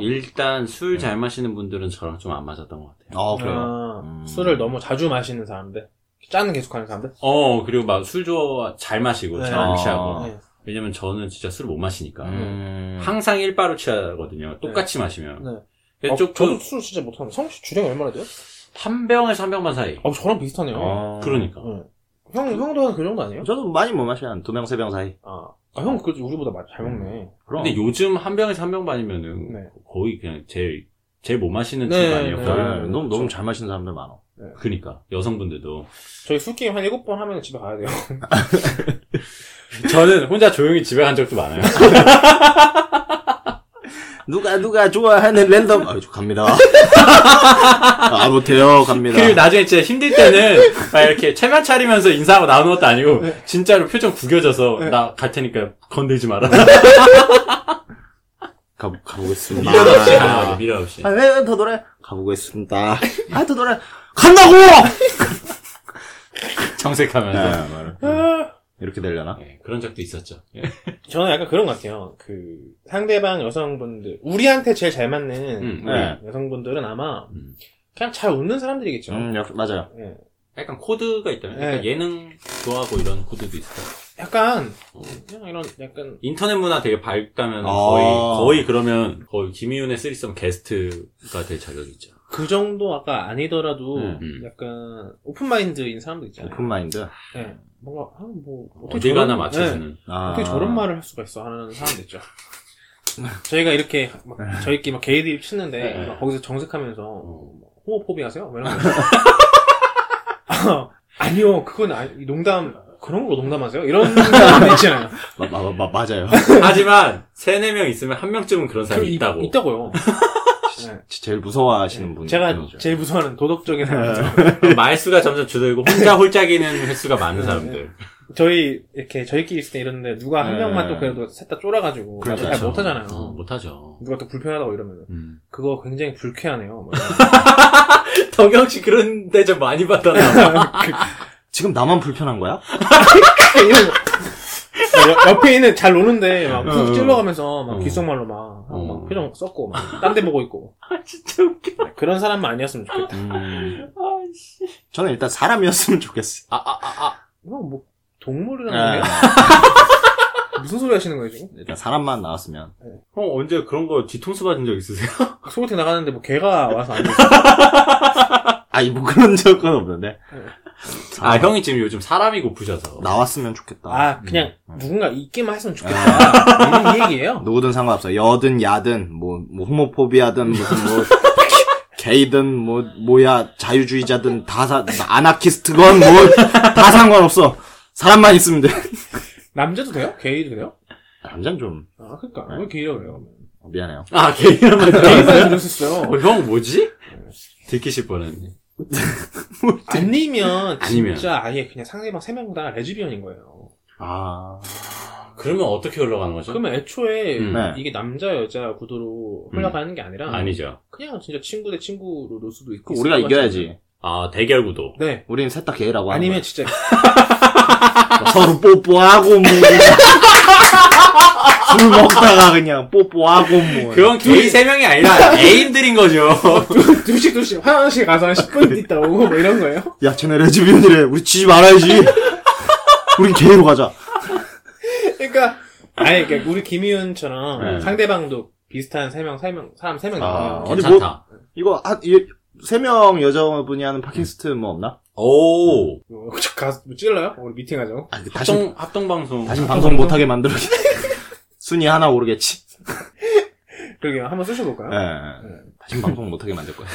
Speaker 3: 일단 술 잘 마시는 분들은 저랑 좀 안 맞았던 것 같아요.
Speaker 4: 아, 그래요.
Speaker 2: 아,
Speaker 4: 음.
Speaker 2: 술을 너무 자주 마시는 사람들, 짠 계속하는 사람들.
Speaker 3: 어 그리고 막 술 좋아 잘 마시고
Speaker 2: 네.
Speaker 3: 잘 안
Speaker 4: 아.
Speaker 3: 취하고.
Speaker 4: 어.
Speaker 2: 네.
Speaker 3: 왜냐면 저는 진짜 술을 못 마시니까
Speaker 4: 음.
Speaker 3: 항상 일바로 취하거든요. 똑같이 마시면.
Speaker 2: 네.
Speaker 3: 근데
Speaker 2: 어, 저도
Speaker 3: 조금
Speaker 2: 술 진짜 못하는데 성우 씨 주량이 얼마나 돼요?
Speaker 3: 한 병에서 한 병만 사이.
Speaker 2: 어, 저랑 비슷하네요.
Speaker 4: 어.
Speaker 3: 그러니까.
Speaker 2: 네. 형 형도 한 그 정도 아니에요?
Speaker 4: 저도 많이 못 마셔요. 한두 명, 세 명 사이.
Speaker 2: 아, 아, 형 그래도 우리보다 마- 잘 먹네.
Speaker 4: 그럼.
Speaker 3: 근데 요즘 한 병에서 한 병 반이면은
Speaker 2: 네.
Speaker 3: 거의 그냥 제일 제일 못 마시는
Speaker 2: 네,
Speaker 3: 집
Speaker 4: 네,
Speaker 3: 아니었어요.
Speaker 2: 네.
Speaker 4: 너무, 너무 잘 마시는 사람들 많아.
Speaker 3: 그러니까 여성분들도
Speaker 2: 저희 술 게임 한 일곱 번 하면 집에 가야 돼요.
Speaker 3: 저는 혼자 조용히 집에 간 적도 많아요.
Speaker 4: 누가, 누가 좋아하는 랜덤. 아, 저 갑니다. 아, 못해요. 갑니다.
Speaker 3: 그리고 나중에 진짜 힘들 때는 막 이렇게 체면 차리면서 인사하고 나오는 것도 아니고 진짜로 표정 구겨져서 나 갈 테니까 건들지 마라.
Speaker 4: 가, 가보겠습니다.
Speaker 3: 미련 없이 가는 거죠, 미련 없이.
Speaker 4: 아, 왜, 더 노래? 가보겠습니다. 아, 더 노래. 간다고!
Speaker 3: 정색하면서.
Speaker 4: 네, 음.
Speaker 2: 아,
Speaker 4: 이렇게 되려나?
Speaker 3: 예, 그런 적도 있었죠. 예.
Speaker 2: 저는 약간 그런 것 같아요. 그 상대방 여성분들 우리한테 제일 잘 맞는
Speaker 3: 음,
Speaker 2: 우리
Speaker 4: 네.
Speaker 2: 여성분들은 아마
Speaker 3: 음.
Speaker 2: 그냥 잘 웃는 사람들이겠죠.
Speaker 4: 음, 역- 맞아요.
Speaker 2: 예.
Speaker 3: 약간 코드가 있다면 약간
Speaker 2: 네.
Speaker 3: 예능 좋아하고 이런 코드도 있어요.
Speaker 2: 약간 그냥 이런 약간
Speaker 3: 인터넷 문화 되게 밝다면
Speaker 4: 아.
Speaker 3: 거의 거의 그러면 거의 김희윤의 쓰리썸 게스트가 될 자격이 있죠.
Speaker 2: 그 정도가 아니더라도
Speaker 4: 음,
Speaker 3: 음.
Speaker 2: 약간 오픈 마인드인 사람들 있잖아요.
Speaker 4: 오픈마인드.
Speaker 2: 예. 뭔가 아, 뭐 어떻게
Speaker 3: 어디 가나
Speaker 2: 저런- 예.
Speaker 3: 맞춰주는.
Speaker 4: 아.
Speaker 2: 어떻게 저런 말을 할 수가 있어 하는 사람들 있죠. 저희가 이렇게 막 저희끼리 막 게이드립 치는데
Speaker 3: 네.
Speaker 2: 막 거기서 정색하면서
Speaker 3: 어.
Speaker 2: 호모포비하세요? 뭐 이런 거. 아, 아니요, 그건 아니, 농담, 그런 걸로 농담하세요? 이런 사람 있잖아요.
Speaker 4: 마, 마, 마, 맞아요.
Speaker 3: 하지만 세네 명 있으면 한 명쯤은 그런 사람이
Speaker 2: 그 이-
Speaker 3: 있다고.
Speaker 2: 있다고요. 네.
Speaker 4: 제- 제일 무서워하시는 분이
Speaker 2: 제가 제일 무서워하는
Speaker 3: 네.
Speaker 2: 도덕적인 사람.
Speaker 3: 말수가 점점 줄어들고 혼자 홀짝이는 횟수가 많은 사람들.
Speaker 2: 저희 이렇게 저희끼리 있을 때 이러는데 누가 한
Speaker 3: 네.
Speaker 2: 명만 또 그래도 셋 다 쫄아가지고 나도 잘
Speaker 3: 그렇죠.
Speaker 2: 못하잖아요.
Speaker 3: 어, 못하죠.
Speaker 2: 누가 또 불편하다고 이러면
Speaker 3: 음.
Speaker 2: 그거 굉장히 불쾌하네요. 뭐.
Speaker 3: 덕영 씨 그런 데 좀 많이 받았나 봐.
Speaker 4: 지금 나만 불편한 거야?
Speaker 2: 이런 거. 여- 옆에 있는 잘 노는데 막
Speaker 3: 어.
Speaker 2: 훅 찔러가면서 막
Speaker 3: 어.
Speaker 2: 귓속말로 막, 하고 막
Speaker 3: 어. 아,
Speaker 2: 표정 썼고 막 딴 데 보고 있고
Speaker 3: 진짜 웃겨.
Speaker 2: 그런 사람만 아니었으면 좋겠다.
Speaker 4: 음.
Speaker 2: 아,
Speaker 4: 저는 일단 사람이었으면 좋겠어요.
Speaker 3: 아, 아, 아, 아.
Speaker 2: 이건 뭐 동물이라는 게
Speaker 4: 네.
Speaker 2: 무슨 소리 하시는 거예요 지금?
Speaker 4: 일단 사람만 나왔으면.
Speaker 3: 형 언제 그런 거 뒤통수 받은 적 있으세요?
Speaker 2: 소개팅 나가는데 뭐 개가 와서 앉아
Speaker 4: 아니, 뭐 그런 적은 없는데.
Speaker 3: 아, 형이 지금 요즘 사람이 고프셔서.
Speaker 4: 나왔으면 좋겠다.
Speaker 2: 아, 그냥
Speaker 4: 음.
Speaker 2: 누군가 있기만 했으면 좋겠다.
Speaker 3: 아.
Speaker 2: 이런 이 얘기예요.
Speaker 4: 누구든 상관없어. 여든 야든 뭐, 뭐 호모포비아든 무슨 뭐 게이든 뭐 뭐야 자유주의자든 다사 아나키스트건 뭐 다 상관없어. 사람만 있으면 돼.
Speaker 2: 남자도 돼요? 게이도 돼요?
Speaker 4: 남잔 좀
Speaker 2: 아, 그니까.
Speaker 3: 네.
Speaker 2: 왜 게이라고 그래요?
Speaker 4: 어, 미안해요.
Speaker 3: 아, 개이란 말
Speaker 2: 게이만
Speaker 3: 들어봤어요?
Speaker 2: 들었었어요.
Speaker 3: 어, 형 뭐지? 들키실 뻔했네.
Speaker 2: 아니면,
Speaker 3: 아니면.
Speaker 2: 진짜 아예 그냥 상대방 세 명 다 레즈비언인 거예요.
Speaker 4: 아
Speaker 3: 그러면 어떻게 흘러가는 거죠?
Speaker 2: 그러면 애초에
Speaker 3: 음.
Speaker 4: 네.
Speaker 2: 이게 남자, 여자 구도로 흘러가는 게 아니라,
Speaker 3: 아니죠.
Speaker 2: 그냥 진짜 친구 대 친구로 놀 수도 있고.
Speaker 4: 그럼 우리가 이겨야지.
Speaker 3: 아, 대결 구도.
Speaker 2: 네.
Speaker 4: 우리는 셋 다 게이라고 하는
Speaker 2: 아니면 진짜,
Speaker 4: 거야. 서로 뽀뽀하고 뭐 술 먹다가 그냥 뽀뽀하고 뭐
Speaker 3: 그건 게이 세 명이 아니라 애인들인 거죠.
Speaker 2: 둘씩 둘씩 화장실 가서 한 10분 있다 오고 뭐 이런 거예요?
Speaker 4: 야 쟤네 레즈비언이래 우리 지지 말아야지 우린 게이로 가자
Speaker 2: 그러니까, 아예, 그러니까 우리 김희윤처럼
Speaker 3: 네.
Speaker 2: 상대방도 비슷한 세 명, 세 명, 사람 세 명이
Speaker 4: 아,
Speaker 2: 요
Speaker 3: 뭐
Speaker 4: 아니,
Speaker 3: 어, 괜찮다.
Speaker 4: 이거 한세명 여자분이 하는 팟캐스트 뭐 없나?
Speaker 3: 오.
Speaker 2: 어, 저 가서 뭐 찔러요? 우리 미팅하죠.
Speaker 4: 아, 그 다시
Speaker 3: 합동, 합동방송.
Speaker 4: 다시 방송 못하게 만들어 순위 하나 오르겠지.
Speaker 2: 그러게요. 한번 쓰셔볼까요?
Speaker 4: 예. 다시 방송 못하게 만들 거야.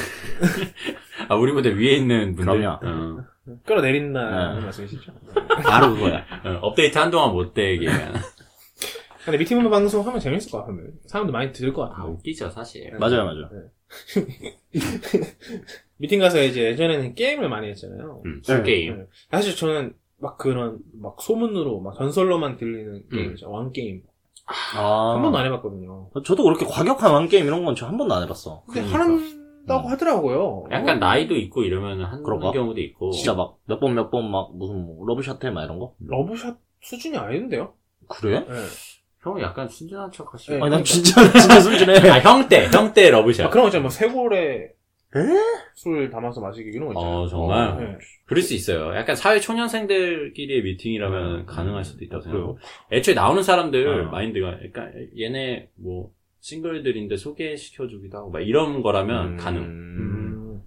Speaker 3: 아, 우리보다 위에 있는 분들.
Speaker 4: 그럼요.
Speaker 3: 어.
Speaker 2: 끌어내린 날
Speaker 4: 네.
Speaker 2: 말씀이시죠?
Speaker 4: 바로 그거야.
Speaker 3: 어, 업데이트 한동안 못 되게.
Speaker 2: 근데 미팅 룸 방송 하면 재밌을 것 같아요. 사람도 많이 들을 것
Speaker 3: 아,
Speaker 4: 음.
Speaker 2: 같아요.
Speaker 3: 웃기죠, 사실.
Speaker 4: 맞아요, 맞아요.
Speaker 2: 미팅 가서 이제 예전에는 게임을 많이 했잖아요.
Speaker 3: 음, 술
Speaker 4: 네.
Speaker 3: 게임.
Speaker 2: 네. 사실 저는 막 그런 막 소문으로 막 전설로만
Speaker 3: 음.
Speaker 2: 들리는 게임이죠. 왕 게임
Speaker 4: 아.
Speaker 2: 한 번도 안 해봤거든요.
Speaker 4: 어, 저도 그렇게 과격한 왕게임 이런 건 저 한 번도 안 해봤어.
Speaker 2: 근데
Speaker 3: 그러니까.
Speaker 2: 하는다고
Speaker 4: 음.
Speaker 2: 하더라고요. 뭐
Speaker 3: 약간 나이도 있고 이러면 한
Speaker 4: 어. 그런가?
Speaker 3: 경우도 있고.
Speaker 4: 뭐 진짜 막, 몇 번, 몇 번, 막, 무슨, 뭐, 러브샷해, 막 이런 거?
Speaker 2: 러브샷 수준이 아닌데요?
Speaker 4: 그래? 음.
Speaker 2: 네.
Speaker 3: 형 약간 순진한 척 하시고.
Speaker 2: 네.
Speaker 4: 아니, 난 진짜, 진짜 순진해.
Speaker 3: 아, 형 때, 형 때 러브샷.
Speaker 2: 아, 그런 거 있잖아요. 뭐 쇠고래
Speaker 4: 에?
Speaker 2: 술 담아서 마시기 이런 거 있잖아요.
Speaker 3: 어, 정말.
Speaker 2: 네.
Speaker 3: 그럴 수 있어요. 약간 사회 초년생들끼리의 미팅이라면
Speaker 4: 음.
Speaker 3: 가능할 수도 있다고
Speaker 4: 그래요.
Speaker 3: 생각하고. 애초에 나오는 사람들
Speaker 4: 음.
Speaker 3: 마인드가, 그러니까 얘네 뭐, 싱글들인데 소개시켜주기도 하고, 막 이런 거라면
Speaker 4: 음.
Speaker 3: 가능.
Speaker 2: 음.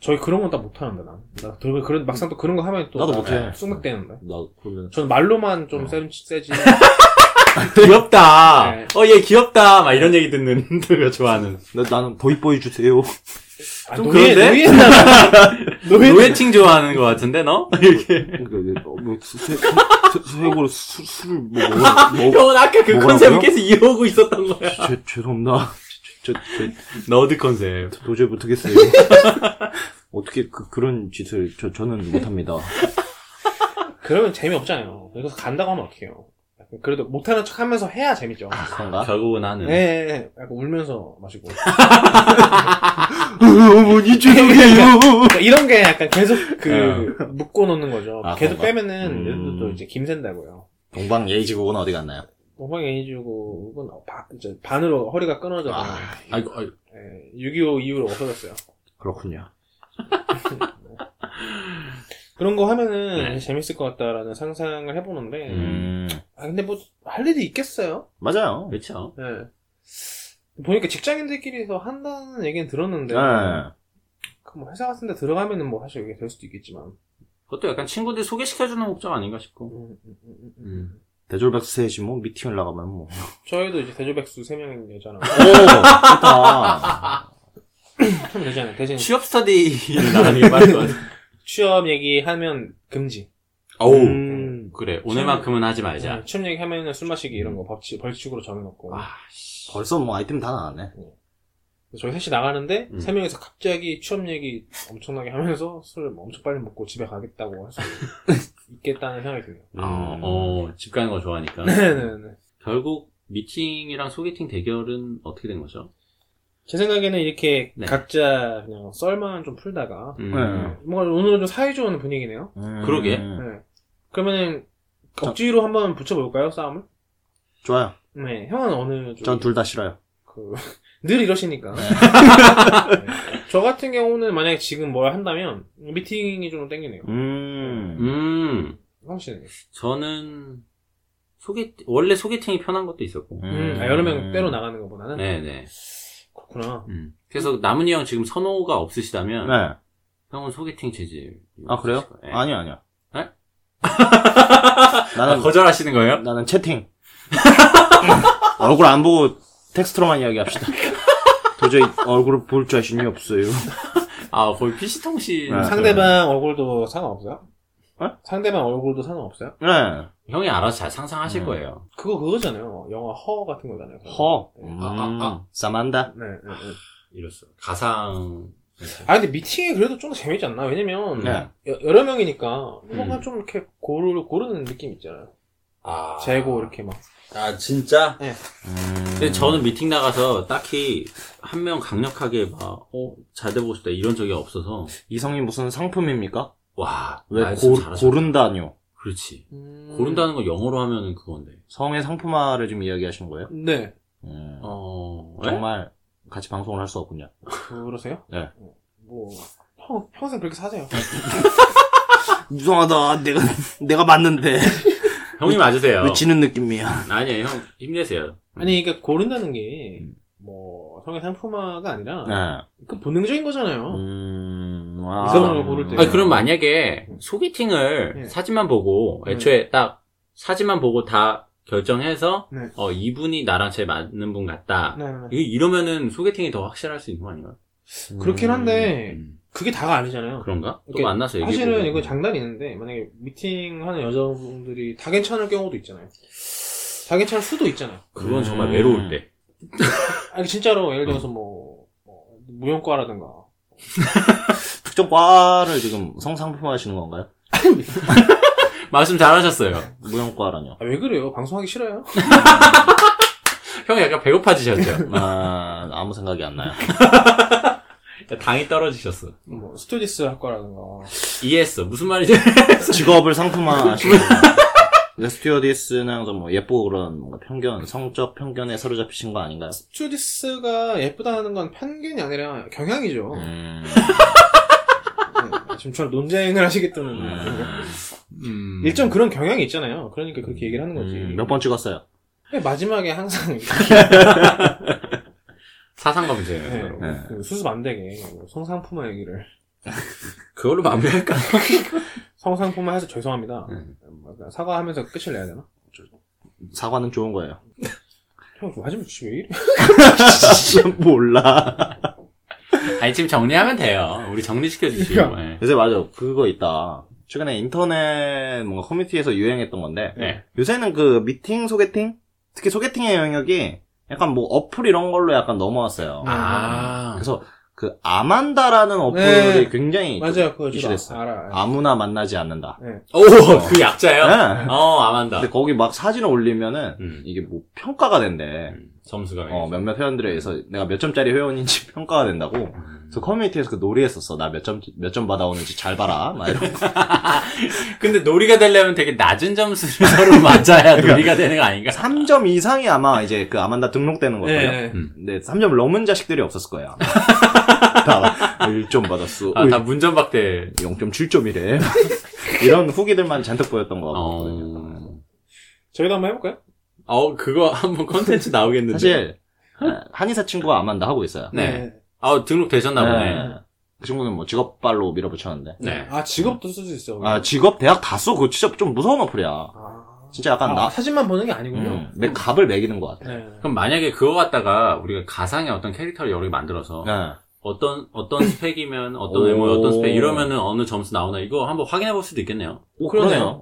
Speaker 2: 저희 그런 건 다 못하는데 난. 나 그런 그런- 막상 또 그런 거 하면 또 예,
Speaker 4: 나도 못해.
Speaker 2: 쑥맥대는데.
Speaker 4: 나, 그러면.
Speaker 2: 저는 말로만 좀
Speaker 4: 어.
Speaker 2: 세, 세지.
Speaker 3: 귀엽다!
Speaker 2: 네.
Speaker 3: 어, 얘 귀엽다! 막 이런 얘기 듣는 내가 좋아하는.
Speaker 4: 나, 나는 보이보이 주세요.
Speaker 2: 아,
Speaker 3: 좀 그런데?
Speaker 2: 노예였나 봐. 노예.
Speaker 3: 노예팅 좋아하는 것 같은데, 너? 이렇게.
Speaker 4: 그러니까, 어, 뭐, 수- 수- 수- 수액으로 술, 술을 뭐, 먹어. 먹
Speaker 3: 형은 아까 그
Speaker 4: 뭐라고요?
Speaker 3: 컨셉을 계속 이어오고 있었던 거야.
Speaker 4: 죄, 죄송합니다. 저, 저, 저,
Speaker 3: 너드 컨셉.
Speaker 4: 도저히 못하겠어요. 어떻게 그, 그런 짓을 저 저는 못합니다.
Speaker 2: 그러면 재미없잖아요. 그래서 간다고 하면 어떡해요. 약간 그래도 못하는 척 하면서 해야 재밌죠.
Speaker 3: 아,
Speaker 4: 그런가?
Speaker 3: 결국은 하는.
Speaker 2: 예, 예, 아, 예. 약간 울면서 마시고.
Speaker 4: 어머니 죄송해요.
Speaker 2: 그러니까 이런 게 약간 계속 그,
Speaker 3: 예.
Speaker 2: 묶고 놓는 거죠.
Speaker 4: 아,
Speaker 2: 계속
Speaker 4: 그런가?
Speaker 2: 빼면은,
Speaker 4: 음.
Speaker 2: 또 이제 김샌다고요.
Speaker 4: 동방 예의지국은 어디 갔나요?
Speaker 2: 동방 애니주고, 이건 바, 이제 반으로 허리가 끊어져서,
Speaker 3: 아이고, 아이고.
Speaker 2: 예, 6.25 이후로 없어졌어요.
Speaker 4: 그렇군요.
Speaker 2: 그런 거 하면은
Speaker 3: 네.
Speaker 2: 재밌을 것 같다라는 상상을 해보는데,
Speaker 4: 음 네.
Speaker 2: 아, 근데 뭐, 할 일이 있겠어요?
Speaker 4: 맞아요.
Speaker 3: 그렇죠.
Speaker 2: 예. 보니까 직장인들끼리서 한다는 얘기는 들었는데,
Speaker 4: 네.
Speaker 2: 그뭐 회사 같은 데 들어가면은 뭐 사실 이게 될 수도 있겠지만.
Speaker 3: 그것도 약간 친구들 소개시켜주는 목적 아닌가 싶고.
Speaker 2: 음, 음, 음, 음.
Speaker 3: 음.
Speaker 4: 대졸백스에지 뭐 미팅을 나가면 뭐. 오
Speaker 2: 저희도 이제 대조백수 3명 여잖아.
Speaker 4: 좋다.
Speaker 2: 하면 되잖아요. 대신
Speaker 3: 취업 스터디를 나가는 게 빠를 것 같아.
Speaker 2: 취업 얘기하면 금지.
Speaker 3: 어우.
Speaker 2: 음.
Speaker 3: 그래, 오늘만큼은 하지 말자.
Speaker 2: 음, 취업 얘기하면은 술 마시기 이런 거 법칙, 벌칙으로 정해놓고.
Speaker 3: 아, 씨.
Speaker 4: 벌써 뭐 아이템 다 나왔네.
Speaker 2: 저희 셋이 나가는데
Speaker 3: 음.
Speaker 2: 세 명이서 갑자기 취업 얘기 엄청나게 하면서 술을 엄청 빨리 먹고 집에 가겠다고 할 수 있겠다는 생각이 드네요.
Speaker 3: 어, 어, 집 가는 거 좋아하니까.
Speaker 2: 네네네.
Speaker 3: 결국 미팅이랑 소개팅 대결은 어떻게 된 거죠?
Speaker 2: 제 생각에는 이렇게
Speaker 3: 네.
Speaker 2: 각자 그냥 썰만 좀 풀다가
Speaker 3: 음.
Speaker 4: 네.
Speaker 2: 뭔가 오늘은 좀 사이좋은 분위기네요.
Speaker 4: 음.
Speaker 3: 그러게.
Speaker 2: 네. 그러면은 억지로 한번 붙여볼까요 싸움을?
Speaker 4: 좋아요.
Speaker 2: 네. 형은 어느 쪽?
Speaker 4: 전 둘 다 싫어요.
Speaker 2: 그 늘 이러시니까. 네. 저 같은 경우는 만약에 지금 뭘 한다면 미팅이 좀 땡기네요.
Speaker 4: 음.
Speaker 3: 음,
Speaker 2: 형 씨는.
Speaker 3: 저는 소개 원래 소개팅이 편한 것도 있었고.
Speaker 2: 음, 아, 여러 명 때로 나가는 것보다는
Speaker 3: 네네.
Speaker 2: 그렇구나.
Speaker 3: 음. 그래서 남은이 형 지금 선호가 없으시다면
Speaker 4: 네.
Speaker 3: 형은 소개팅 재질.
Speaker 4: 아, 그래요?
Speaker 3: 네.
Speaker 4: 아니요, 아니요.
Speaker 3: 네? 아,
Speaker 4: 나는,
Speaker 3: 거절하시는 거예요?
Speaker 4: 나는 채팅. 음. 얼굴 안 보고 텍스트로만 이야기합시다. 도저히 얼굴을 볼 자신이 없어요.
Speaker 3: 아그 거의 PC 통신.
Speaker 4: 네.
Speaker 2: 상대방 얼굴도 상관없어요?
Speaker 4: 어?
Speaker 2: 상대방 얼굴도 상관없어요?
Speaker 4: 네.
Speaker 3: 형이 알아서 잘 상상하실
Speaker 4: 음.
Speaker 3: 거예요.
Speaker 2: 그거 그거잖아요. 영화 허 같은 거잖아요.
Speaker 4: 허.
Speaker 2: 네.
Speaker 4: 음,
Speaker 3: 아, 아, 아.
Speaker 4: 사만다.
Speaker 2: 네, 네, 네.
Speaker 3: 이랬어. 가상.
Speaker 2: 아 근데 미팅이 그래도 좀 재밌지 않나? 왜냐면
Speaker 4: 네.
Speaker 2: 여, 여러 명이니까 뭔가
Speaker 3: 음.
Speaker 2: 좀 이렇게 고르 고르는 느낌 있잖아요.
Speaker 3: 아.
Speaker 2: 재고 이렇게 막.
Speaker 3: 아 진짜? 근데
Speaker 4: 음.
Speaker 3: 저는 미팅 나가서 딱히 한 명 강력하게 막, 어, 잘 돼보고 싶다 이런 적이 없어서,
Speaker 4: 이성이 무슨 상품입니까?
Speaker 3: 와,
Speaker 4: 왜
Speaker 3: 말씀
Speaker 4: 고,
Speaker 3: 잘하셨다.
Speaker 4: 고른다뇨?
Speaker 3: 그렇지.
Speaker 2: 음.
Speaker 3: 고른다는 거 영어로 하면은 그건데.
Speaker 4: 성의 상품화를 좀 이야기하신 거예요?
Speaker 2: 네.
Speaker 4: 음.
Speaker 3: 어, 에?
Speaker 4: 정말 같이 방송을 할 수 없군요.
Speaker 2: 그러세요?
Speaker 4: 네.
Speaker 2: 뭐 평, 평생 그렇게 사세요.
Speaker 4: 이상하다. 내가 내가 맞는데
Speaker 3: 형이 맞으세요.
Speaker 4: 지는 느낌이야.
Speaker 3: 아니에요, 형 힘내세요.
Speaker 2: 아니 그러니까 고른다는 게 뭐 성의 상품화가 아니라
Speaker 4: 네.
Speaker 2: 그 본능적인 거잖아요.
Speaker 4: 음. 아.
Speaker 2: 이성을 고를 때.
Speaker 3: 아니, 그럼 만약에 소개팅을
Speaker 2: 네.
Speaker 3: 사진만 보고, 애초에 딱 사진만 보고 다 결정해서,
Speaker 2: 네.
Speaker 3: 어, 이분이 나랑 제일 맞는 분 같다.
Speaker 2: 네, 네, 네.
Speaker 3: 이거 이러면은 소개팅이 더 확실할 수 있는 거 아닌가요?
Speaker 2: 그렇긴 한데
Speaker 3: 음,
Speaker 2: 그게 다가 아니잖아요.
Speaker 3: 그런가? 또
Speaker 2: 네. 이렇게
Speaker 3: 만나서 얘기해 음,
Speaker 2: 사실은 이거 장난이 있는데 만약에 미팅하는 여자분들이 다 괜찮을 경우도 있잖아요. 다 괜찮을 수도 있잖아요.
Speaker 3: 그건
Speaker 2: 네.
Speaker 3: 정말
Speaker 4: 음.
Speaker 3: 외로울 때.
Speaker 2: 아니 진짜로 예를 들어서 뭐, 뭐 무용과라든가 아,
Speaker 4: 특정 과를 지금 성상품화하시는 건가요?
Speaker 3: 말씀
Speaker 2: 네.
Speaker 3: 잘하셨어요.
Speaker 4: 무용과라뇨.
Speaker 2: 아, 왜 그래요? 방송하기 싫어요?
Speaker 3: 형 약간 배고파지셨죠?
Speaker 4: 아, 아무 생각이 안 나요.
Speaker 3: 당이 떨어지셨어.
Speaker 2: 뭐 스튜디스 할 거라든가
Speaker 3: 이해했어. 무슨
Speaker 2: 네.
Speaker 3: 말인지.
Speaker 4: 직업을 상품화하시는 거예요. 스튜어디스는 좀 뭐 예쁘고 그런 뭔가 편견, 성적 편견에 사로잡히신 거 아닌가요?
Speaker 2: 스튜디스가 예쁘다는 건 편견이 아니라 경향이죠.
Speaker 4: 음,
Speaker 2: 네, 지금처럼 논쟁을 하시겠다는
Speaker 3: 음.
Speaker 2: 일정 그런 경향이 있잖아요. 그러니까 그렇게 얘기를 하는 거지.
Speaker 4: 음. 몇 번 찍었어요?
Speaker 2: 네, 마지막에 항상 이렇게,
Speaker 3: 사상 검증.
Speaker 2: 네,
Speaker 4: 네.
Speaker 2: 그 수습 안 되게 뭐 성상품화 얘기를
Speaker 3: 그걸로 마무리할까?
Speaker 2: 성상품화 해서 죄송합니다.
Speaker 3: 음.
Speaker 2: 뭐, 사과하면서 끝을 내야 되나?
Speaker 4: 사과는 좋은 거예요.
Speaker 2: 형, 좀 마지막 주왜 이래?
Speaker 4: 몰라.
Speaker 3: 아니 지금 정리하면 돼요. 우리 정리시켜 주시고.
Speaker 2: 그러니까.
Speaker 3: 예.
Speaker 4: 요새 맞아. 그거 있다. 최근에 인터넷 뭔가 커뮤니티에서 유행했던 건데
Speaker 3: 네.
Speaker 4: 요새는 그 미팅 소개팅 특히 소개팅의 영역이 약간 뭐 어플 이런 걸로 약간 넘어왔어요.
Speaker 3: 아.
Speaker 4: 그래서 그 아만다라는 어플이
Speaker 2: 네.
Speaker 4: 굉장히
Speaker 2: 맞아요, 그거 저도
Speaker 4: 이슈됐어요.
Speaker 2: 알아. 네. 요
Speaker 4: 아무나 만나지 않는다.
Speaker 3: 오,
Speaker 2: 어.
Speaker 3: 그 약자예요?
Speaker 4: 네.
Speaker 3: 어, 암한다.
Speaker 4: 근데 거기 막 사진을 올리면은
Speaker 3: 음.
Speaker 4: 이게 뭐 평가가 된대.
Speaker 3: 음, 점수가.
Speaker 4: 어, 몇몇 회원들에 의해서 내가 몇 점짜리 회원인지 평가가 된다고.
Speaker 3: 음.
Speaker 4: 그래서 커뮤니티에서 그 놀이했었어. 나 몇 점 몇 점 받아오는지 잘 봐라. 막 이런. 네.
Speaker 3: 근데 놀이가 되려면 되게 낮은 점수를 서로 맞아야
Speaker 4: 그러니까
Speaker 3: 놀이가 되는 거 아닌가?
Speaker 4: 3점 이상이 아마 이제 그 아만다 등록되는 거예요.
Speaker 2: 네.
Speaker 4: 근데 3점 넘은 자식들이 없었을 거야. 다 1점 받았어.
Speaker 3: 아, 다 문전박대.
Speaker 4: 0.7점이래. 이런 후기들만 잔뜩 보였던 것 같거든요.
Speaker 3: 어.
Speaker 2: 저희도 한번 해볼까요?
Speaker 3: 어, 그거 한번 컨텐츠 나오겠는데.
Speaker 4: 사실 아, 한의사 친구가 아만다 하고 있어요.
Speaker 3: 네. 아, 등록되셨나 보네.
Speaker 4: 네. 그 친구는 뭐 직업발로 밀어붙였는데.
Speaker 3: 네.
Speaker 2: 아 직업도 쓸 수 있어.
Speaker 4: 아 직업 대학 다 써. 그거 진짜 좀 무서운 어플이야.
Speaker 2: 아.
Speaker 4: 진짜 약간
Speaker 2: 아,
Speaker 4: 나
Speaker 2: 사진만 보는 게 아니군요.
Speaker 4: 음, 내 갑을 매기는 것 같아.
Speaker 2: 네.
Speaker 3: 그럼 만약에 그거 갖다가 우리가 가상의 어떤 캐릭터를 여러 개 만들어서
Speaker 4: 네.
Speaker 3: 어떤 어떤 스펙이면 어떤 외모
Speaker 4: 오.
Speaker 3: 어떤 스펙 이러면은 어느 점수 나오나 이거 한번 확인해 볼 수도 있겠네요. 어,
Speaker 4: 오,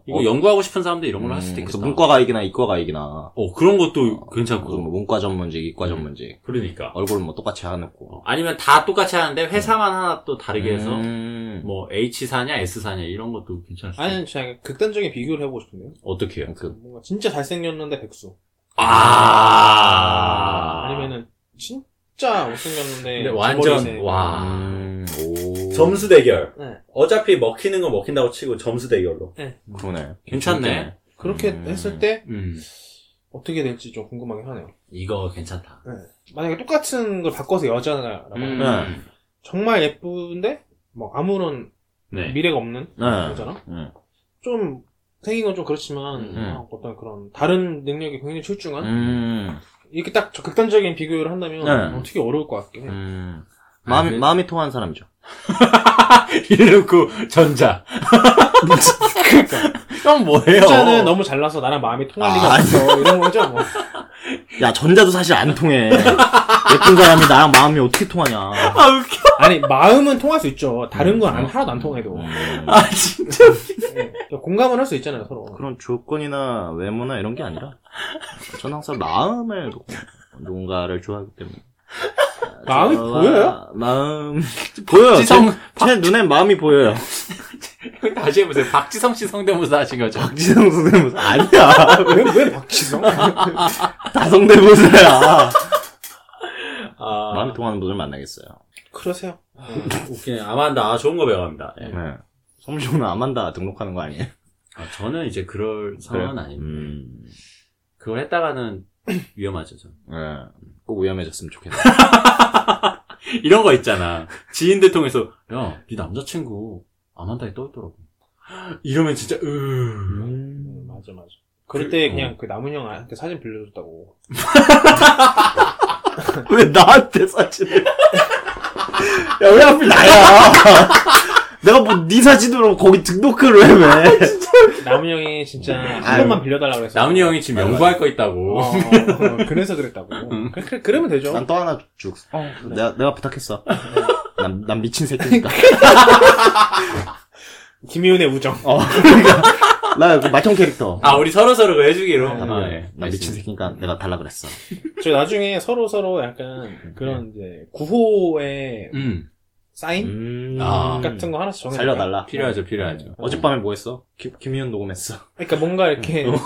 Speaker 3: 이거 연구하고 싶은 사람들 이런 걸로 할 수도
Speaker 4: 어. 음, 그래서
Speaker 3: 있겠다.
Speaker 4: 문과가이기나 이과가이기나.
Speaker 3: 어 음. 그런 것도
Speaker 4: 무슨
Speaker 3: 괜찮고
Speaker 4: 뭐 문과 전문직, 이과 전문직.
Speaker 3: 그러니까
Speaker 4: 얼굴은 뭐 똑같이 해놓고.
Speaker 3: 어, 아니면 다 똑같이 하는데 회사만 하나 또 다르게 해서
Speaker 4: 음.
Speaker 3: 뭐 H사냐 S사냐 이런 것도 괜찮을 수 있어요.
Speaker 2: 아니, 진짜 극단적인 비교를 해보고 싶네요.
Speaker 3: 어떻게 해요?
Speaker 4: 그,
Speaker 2: 뭔가 진짜 잘생겼는데 백수.
Speaker 3: 아
Speaker 2: 아니면은, 네, 진짜 못생겼는데.
Speaker 3: 근데 완전
Speaker 2: 제 머리색.
Speaker 3: 와
Speaker 4: 음, 오.
Speaker 5: 점수 대결.
Speaker 2: 네.
Speaker 5: 어차피 먹히는 건 먹힌다고 치고 점수 대결로.
Speaker 4: 그러네.
Speaker 3: 괜찮네.
Speaker 2: 그렇게
Speaker 4: 음.
Speaker 2: 했을 때,
Speaker 3: 음
Speaker 2: 어떻게 될지 좀 궁금하긴 하네요.
Speaker 3: 이거 괜찮다.
Speaker 2: 만약에 똑같은 걸 바꿔서 여자라고.
Speaker 3: 음.
Speaker 4: 네.
Speaker 2: 정말 예쁜데, 뭐, 아무런
Speaker 3: 네.
Speaker 2: 미래가 없는
Speaker 4: 네.
Speaker 2: 여자랑,
Speaker 4: 음.
Speaker 2: 좀, 생긴 건 좀 그렇지만,
Speaker 3: 음.
Speaker 2: 아, 어떤 그런, 다른 능력이 굉장히 출중한,
Speaker 4: 음.
Speaker 2: 이렇게 딱 저 극단적인 비교를 한다면,
Speaker 4: 네.
Speaker 2: 어떻게 어려울 것 같긴 해요.
Speaker 4: 음. 마음이,
Speaker 3: 아, 그-
Speaker 4: 마음이 통한 사람이죠.
Speaker 3: 이래놓고 전자. 형 뭐예요?
Speaker 2: 후자는 너무 잘나서 나랑 마음이 통할
Speaker 4: 아,
Speaker 2: 리가
Speaker 4: 아니.
Speaker 2: 없어. 이런 거죠, 뭐.
Speaker 4: 야, 전자도 사실 안 통해. 예쁜 사람이 나랑 마음이 어떻게 통하냐.
Speaker 2: 아니, 마음은 통할 수 있죠. 다른 건 안- 하나도 안 통해도.
Speaker 4: 음.
Speaker 3: 아 진짜.
Speaker 2: 네. 공감은 할 수 있잖아요, 서로.
Speaker 4: 그런 조건이나 외모나 이런 게 아니라 전 항상 마음을 보고 누군가를 좋아하기 때문에
Speaker 2: 마음이
Speaker 4: 저와
Speaker 2: 보여요?
Speaker 4: 마음 보여요.
Speaker 3: 박지성-
Speaker 4: 제, 제 눈엔 마음이 보여요.
Speaker 3: 다시 해보세요. 박지성 씨 성대모사 하신 거죠?
Speaker 4: 박지성 성대모사 아니야.
Speaker 2: 왜, 왜 박지성?
Speaker 4: 다성대모사야.
Speaker 3: 아
Speaker 4: 마음이 통하는 분을 만나겠어요.
Speaker 2: 그러세요.
Speaker 3: 웃기네. 아만다 아, 좋은 거 배워갑니다. 예.
Speaker 4: 네. 섬시호는 아만다 등록하는 거 아니에요?
Speaker 3: 아, 저는 이제 그럴 상황은 아닙니다.
Speaker 4: 음,
Speaker 3: 그걸 했다가는 위험하죠. 저.
Speaker 4: 네. 꼭 위험해졌으면 좋겠네.
Speaker 3: 이런 거 있잖아. 지인들 통해서 야, 네 남자친구 아만다에 떠 있더라고. 이러면 진짜 으.
Speaker 2: 음, 맞아, 맞아. 그럴 때
Speaker 4: 음.
Speaker 2: 그냥 그 남은 형한테 사진 빌려줬다고.
Speaker 4: 왜 나한테 사진을? 야, 왜 하필 나야? 내가 뭐, 네 사진으로 거기 등록을 해, 왜?
Speaker 2: 남은 형이 진짜 한
Speaker 4: 음. 아유.
Speaker 2: 번만 빌려달라고 그랬어.
Speaker 3: 남은이 형이 지금 연구할 거 있다고.
Speaker 2: 어, 어, 어, 그래서 그랬다고. 그, 그, 그러면 되죠.
Speaker 4: 음.
Speaker 2: 네.
Speaker 4: 난 또 하나 쭉.
Speaker 2: 어,
Speaker 4: 내가, 내가 부탁했어. 난, 난 미친 새끼니까.
Speaker 2: 김희은의 우정.
Speaker 4: 어, 그러니까. 나그 말통 캐릭터.
Speaker 3: 아 우리 서로 서로 그 해주기로.
Speaker 2: 네,
Speaker 4: 난,
Speaker 3: 아, 예.
Speaker 4: 난 미친 새끼니까 내가 달라 그랬어.
Speaker 2: 저 나중에 서로 서로
Speaker 4: 음,
Speaker 2: 약간 그런 이제 구호의
Speaker 3: 음
Speaker 2: 사인
Speaker 4: 음,
Speaker 3: 아,
Speaker 2: 같은 거 하나씩 정해.
Speaker 4: 살려달라.
Speaker 3: 필요하죠
Speaker 2: 네.
Speaker 3: 필요하죠.
Speaker 4: 어젯밤에 뭐 했어? 김, 김희연 녹음했어.
Speaker 2: 그러니까 뭔가 이렇게
Speaker 4: 음.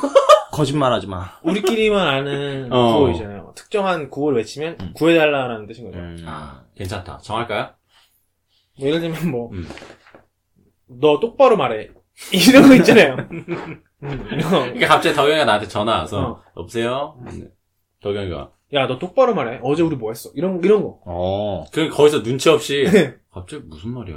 Speaker 4: 거짓말 하지 마.
Speaker 2: 우리끼리만 아는
Speaker 3: 어.
Speaker 2: 구호이잖아요. 특정한 구호를 외치면
Speaker 4: 음.
Speaker 2: 구해달라라는 뜻인 거죠.
Speaker 4: 음.
Speaker 3: 아 괜찮다. 정할까요?
Speaker 2: 뭐 예를 들면 뭐,
Speaker 3: 음.
Speaker 2: 너 똑바로 말해. 이런 거 있잖아요. 음, 이런 거.
Speaker 3: 그러니까 갑자기 덕영이가 나한테 전화 와서
Speaker 2: 어.
Speaker 3: 여보세요. 네. 덕영이가
Speaker 2: 야, 너 똑바로 말해. 어제 우리 뭐 했어? 이런, 이런 거.
Speaker 4: 어.
Speaker 3: 그 거기서 눈치 없이
Speaker 2: 네.
Speaker 3: 갑자기 무슨 말이야.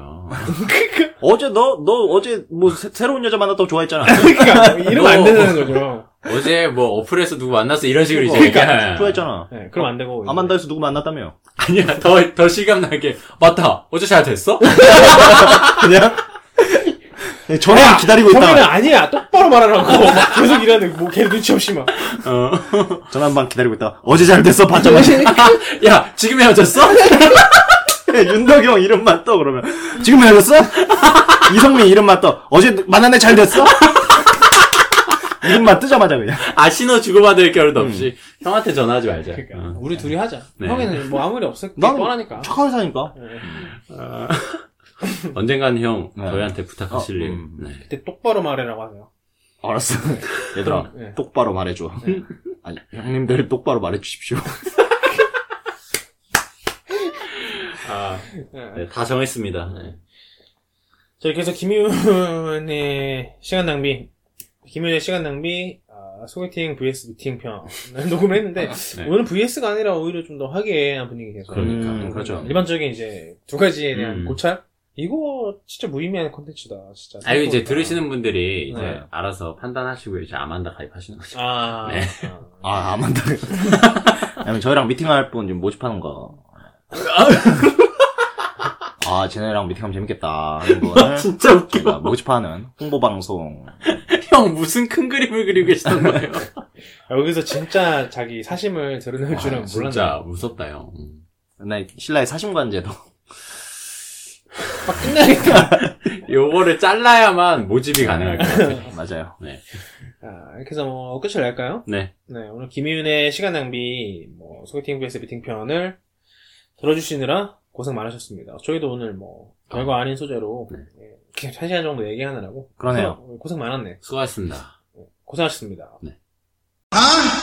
Speaker 4: 어제 너, 너 어제 뭐, 새- 새로운 여자 만났다고 좋아했잖아.
Speaker 2: 그러니까, 이러면 안
Speaker 3: 너-
Speaker 2: 되는 거죠.
Speaker 3: 어제 뭐 어플에서 누구 만났어 이런 식으로
Speaker 2: 그러니까
Speaker 3: 이제 얘기하는.
Speaker 4: 좋아했잖아.
Speaker 2: 네, 그럼 안 되고. 이제
Speaker 4: 아만다에서 누구 만났다며.
Speaker 3: 아니야 더 더 실감나게 맞다 어제 잘 됐어?
Speaker 4: 그냥? 그냥 전화 기다리고
Speaker 2: 거기는
Speaker 4: 있다.
Speaker 2: 아니야. 똑바로 말하라고. 막 계속 이러는데, 뭐, 걔 눈치 없이 막.
Speaker 3: 어.
Speaker 4: 전화 한 번 기다리고 있다. 어제 잘 됐어, 봤잖아.
Speaker 3: 야 지금 헤어졌어?
Speaker 4: 윤덕이 형 이름 맞다, 그러면. 지금 헤어졌어? 이성민 이름 맞다. 어제 만났네, 잘 됐어? 이름만 뜨자마자 그냥.
Speaker 3: 아 신호 주고받을 겨를도 없이 형한테 전화하지 말자.
Speaker 2: 그러니까,
Speaker 3: 어.
Speaker 2: 우리 둘이 하자.
Speaker 3: 네.
Speaker 2: 형에는 뭐 아무리 없을 게
Speaker 4: 난
Speaker 2: 뻔하니까.
Speaker 4: 착한 사니까.
Speaker 2: 네.
Speaker 3: 언젠간 형
Speaker 4: 네.
Speaker 3: 저희한테 부탁하실
Speaker 4: 어,
Speaker 3: 일.
Speaker 4: 음.
Speaker 3: 네.
Speaker 2: 그때 똑바로 말해라고 하세요.
Speaker 4: 알았어. 얘들아,
Speaker 2: 네.
Speaker 4: 똑바로 말해줘. 아니, 형님들 똑바로 말해주십시오.
Speaker 3: 아,
Speaker 2: 네.
Speaker 3: 네, 다 정했습니다. 네.
Speaker 2: 자, 이렇게 해서 김윤의 시간 낭비, 김윤의 시간 낭비, 아, 소개팅 vs 미팅 편을 녹음했는데,
Speaker 3: 네.
Speaker 2: 오늘 은 vs가 아니라 오히려 좀 더 화기애애한 분위기에서.
Speaker 3: 그러니까
Speaker 4: 음,
Speaker 3: 그렇죠.
Speaker 2: 일반적인 이제 두 가지에 대한
Speaker 3: 음.
Speaker 2: 고찰? 이거 진짜 무의미한 컨텐츠다, 진짜.
Speaker 3: 아, 이거 이제 들으시는 분들이 이제
Speaker 4: 네.
Speaker 3: 알아서 판단하시고 이제 아만다 가입하시는 거죠.
Speaker 2: 아,
Speaker 3: 네.
Speaker 2: 아.
Speaker 4: 아, 아만다. 아니면 저희랑 미팅할 분 지금 모집하는 거. 아, 쟤네랑 미팅하면 재밌겠다. 하는 거를
Speaker 3: 아, 진짜 웃겨.
Speaker 4: 저희가 모집하는 홍보방송.
Speaker 3: 형 무슨 큰 그림을 그리고 계시던 거예요?
Speaker 2: 아, 여기서 진짜
Speaker 3: 아,
Speaker 2: 자기 사심을 드러낼 그 줄은 몰랐네.
Speaker 3: 진짜 무섭다 형. 음.
Speaker 4: 옛날 신라의 사심관제도
Speaker 3: 요거를 잘라야만 모집이 가능할 것 같아요.
Speaker 4: 맞아요.
Speaker 2: 아, 이렇게 해서 뭐 끝을 낼까요?
Speaker 3: 네.
Speaker 2: 네, 오늘 김희윤의 시간 낭비, 뭐, 소개팅 vs 미팅 편을 들어주시느라 고생 많으셨습니다. 저희도 오늘 뭐, 별거 아닌 소재로,
Speaker 3: 네.
Speaker 2: 예, 이렇게 한 시간 정도 얘기하느라고.
Speaker 4: 그러네요.
Speaker 2: 고생 많았네.
Speaker 3: 수고하셨습니다.
Speaker 2: 고생하셨습니다.
Speaker 6: 아!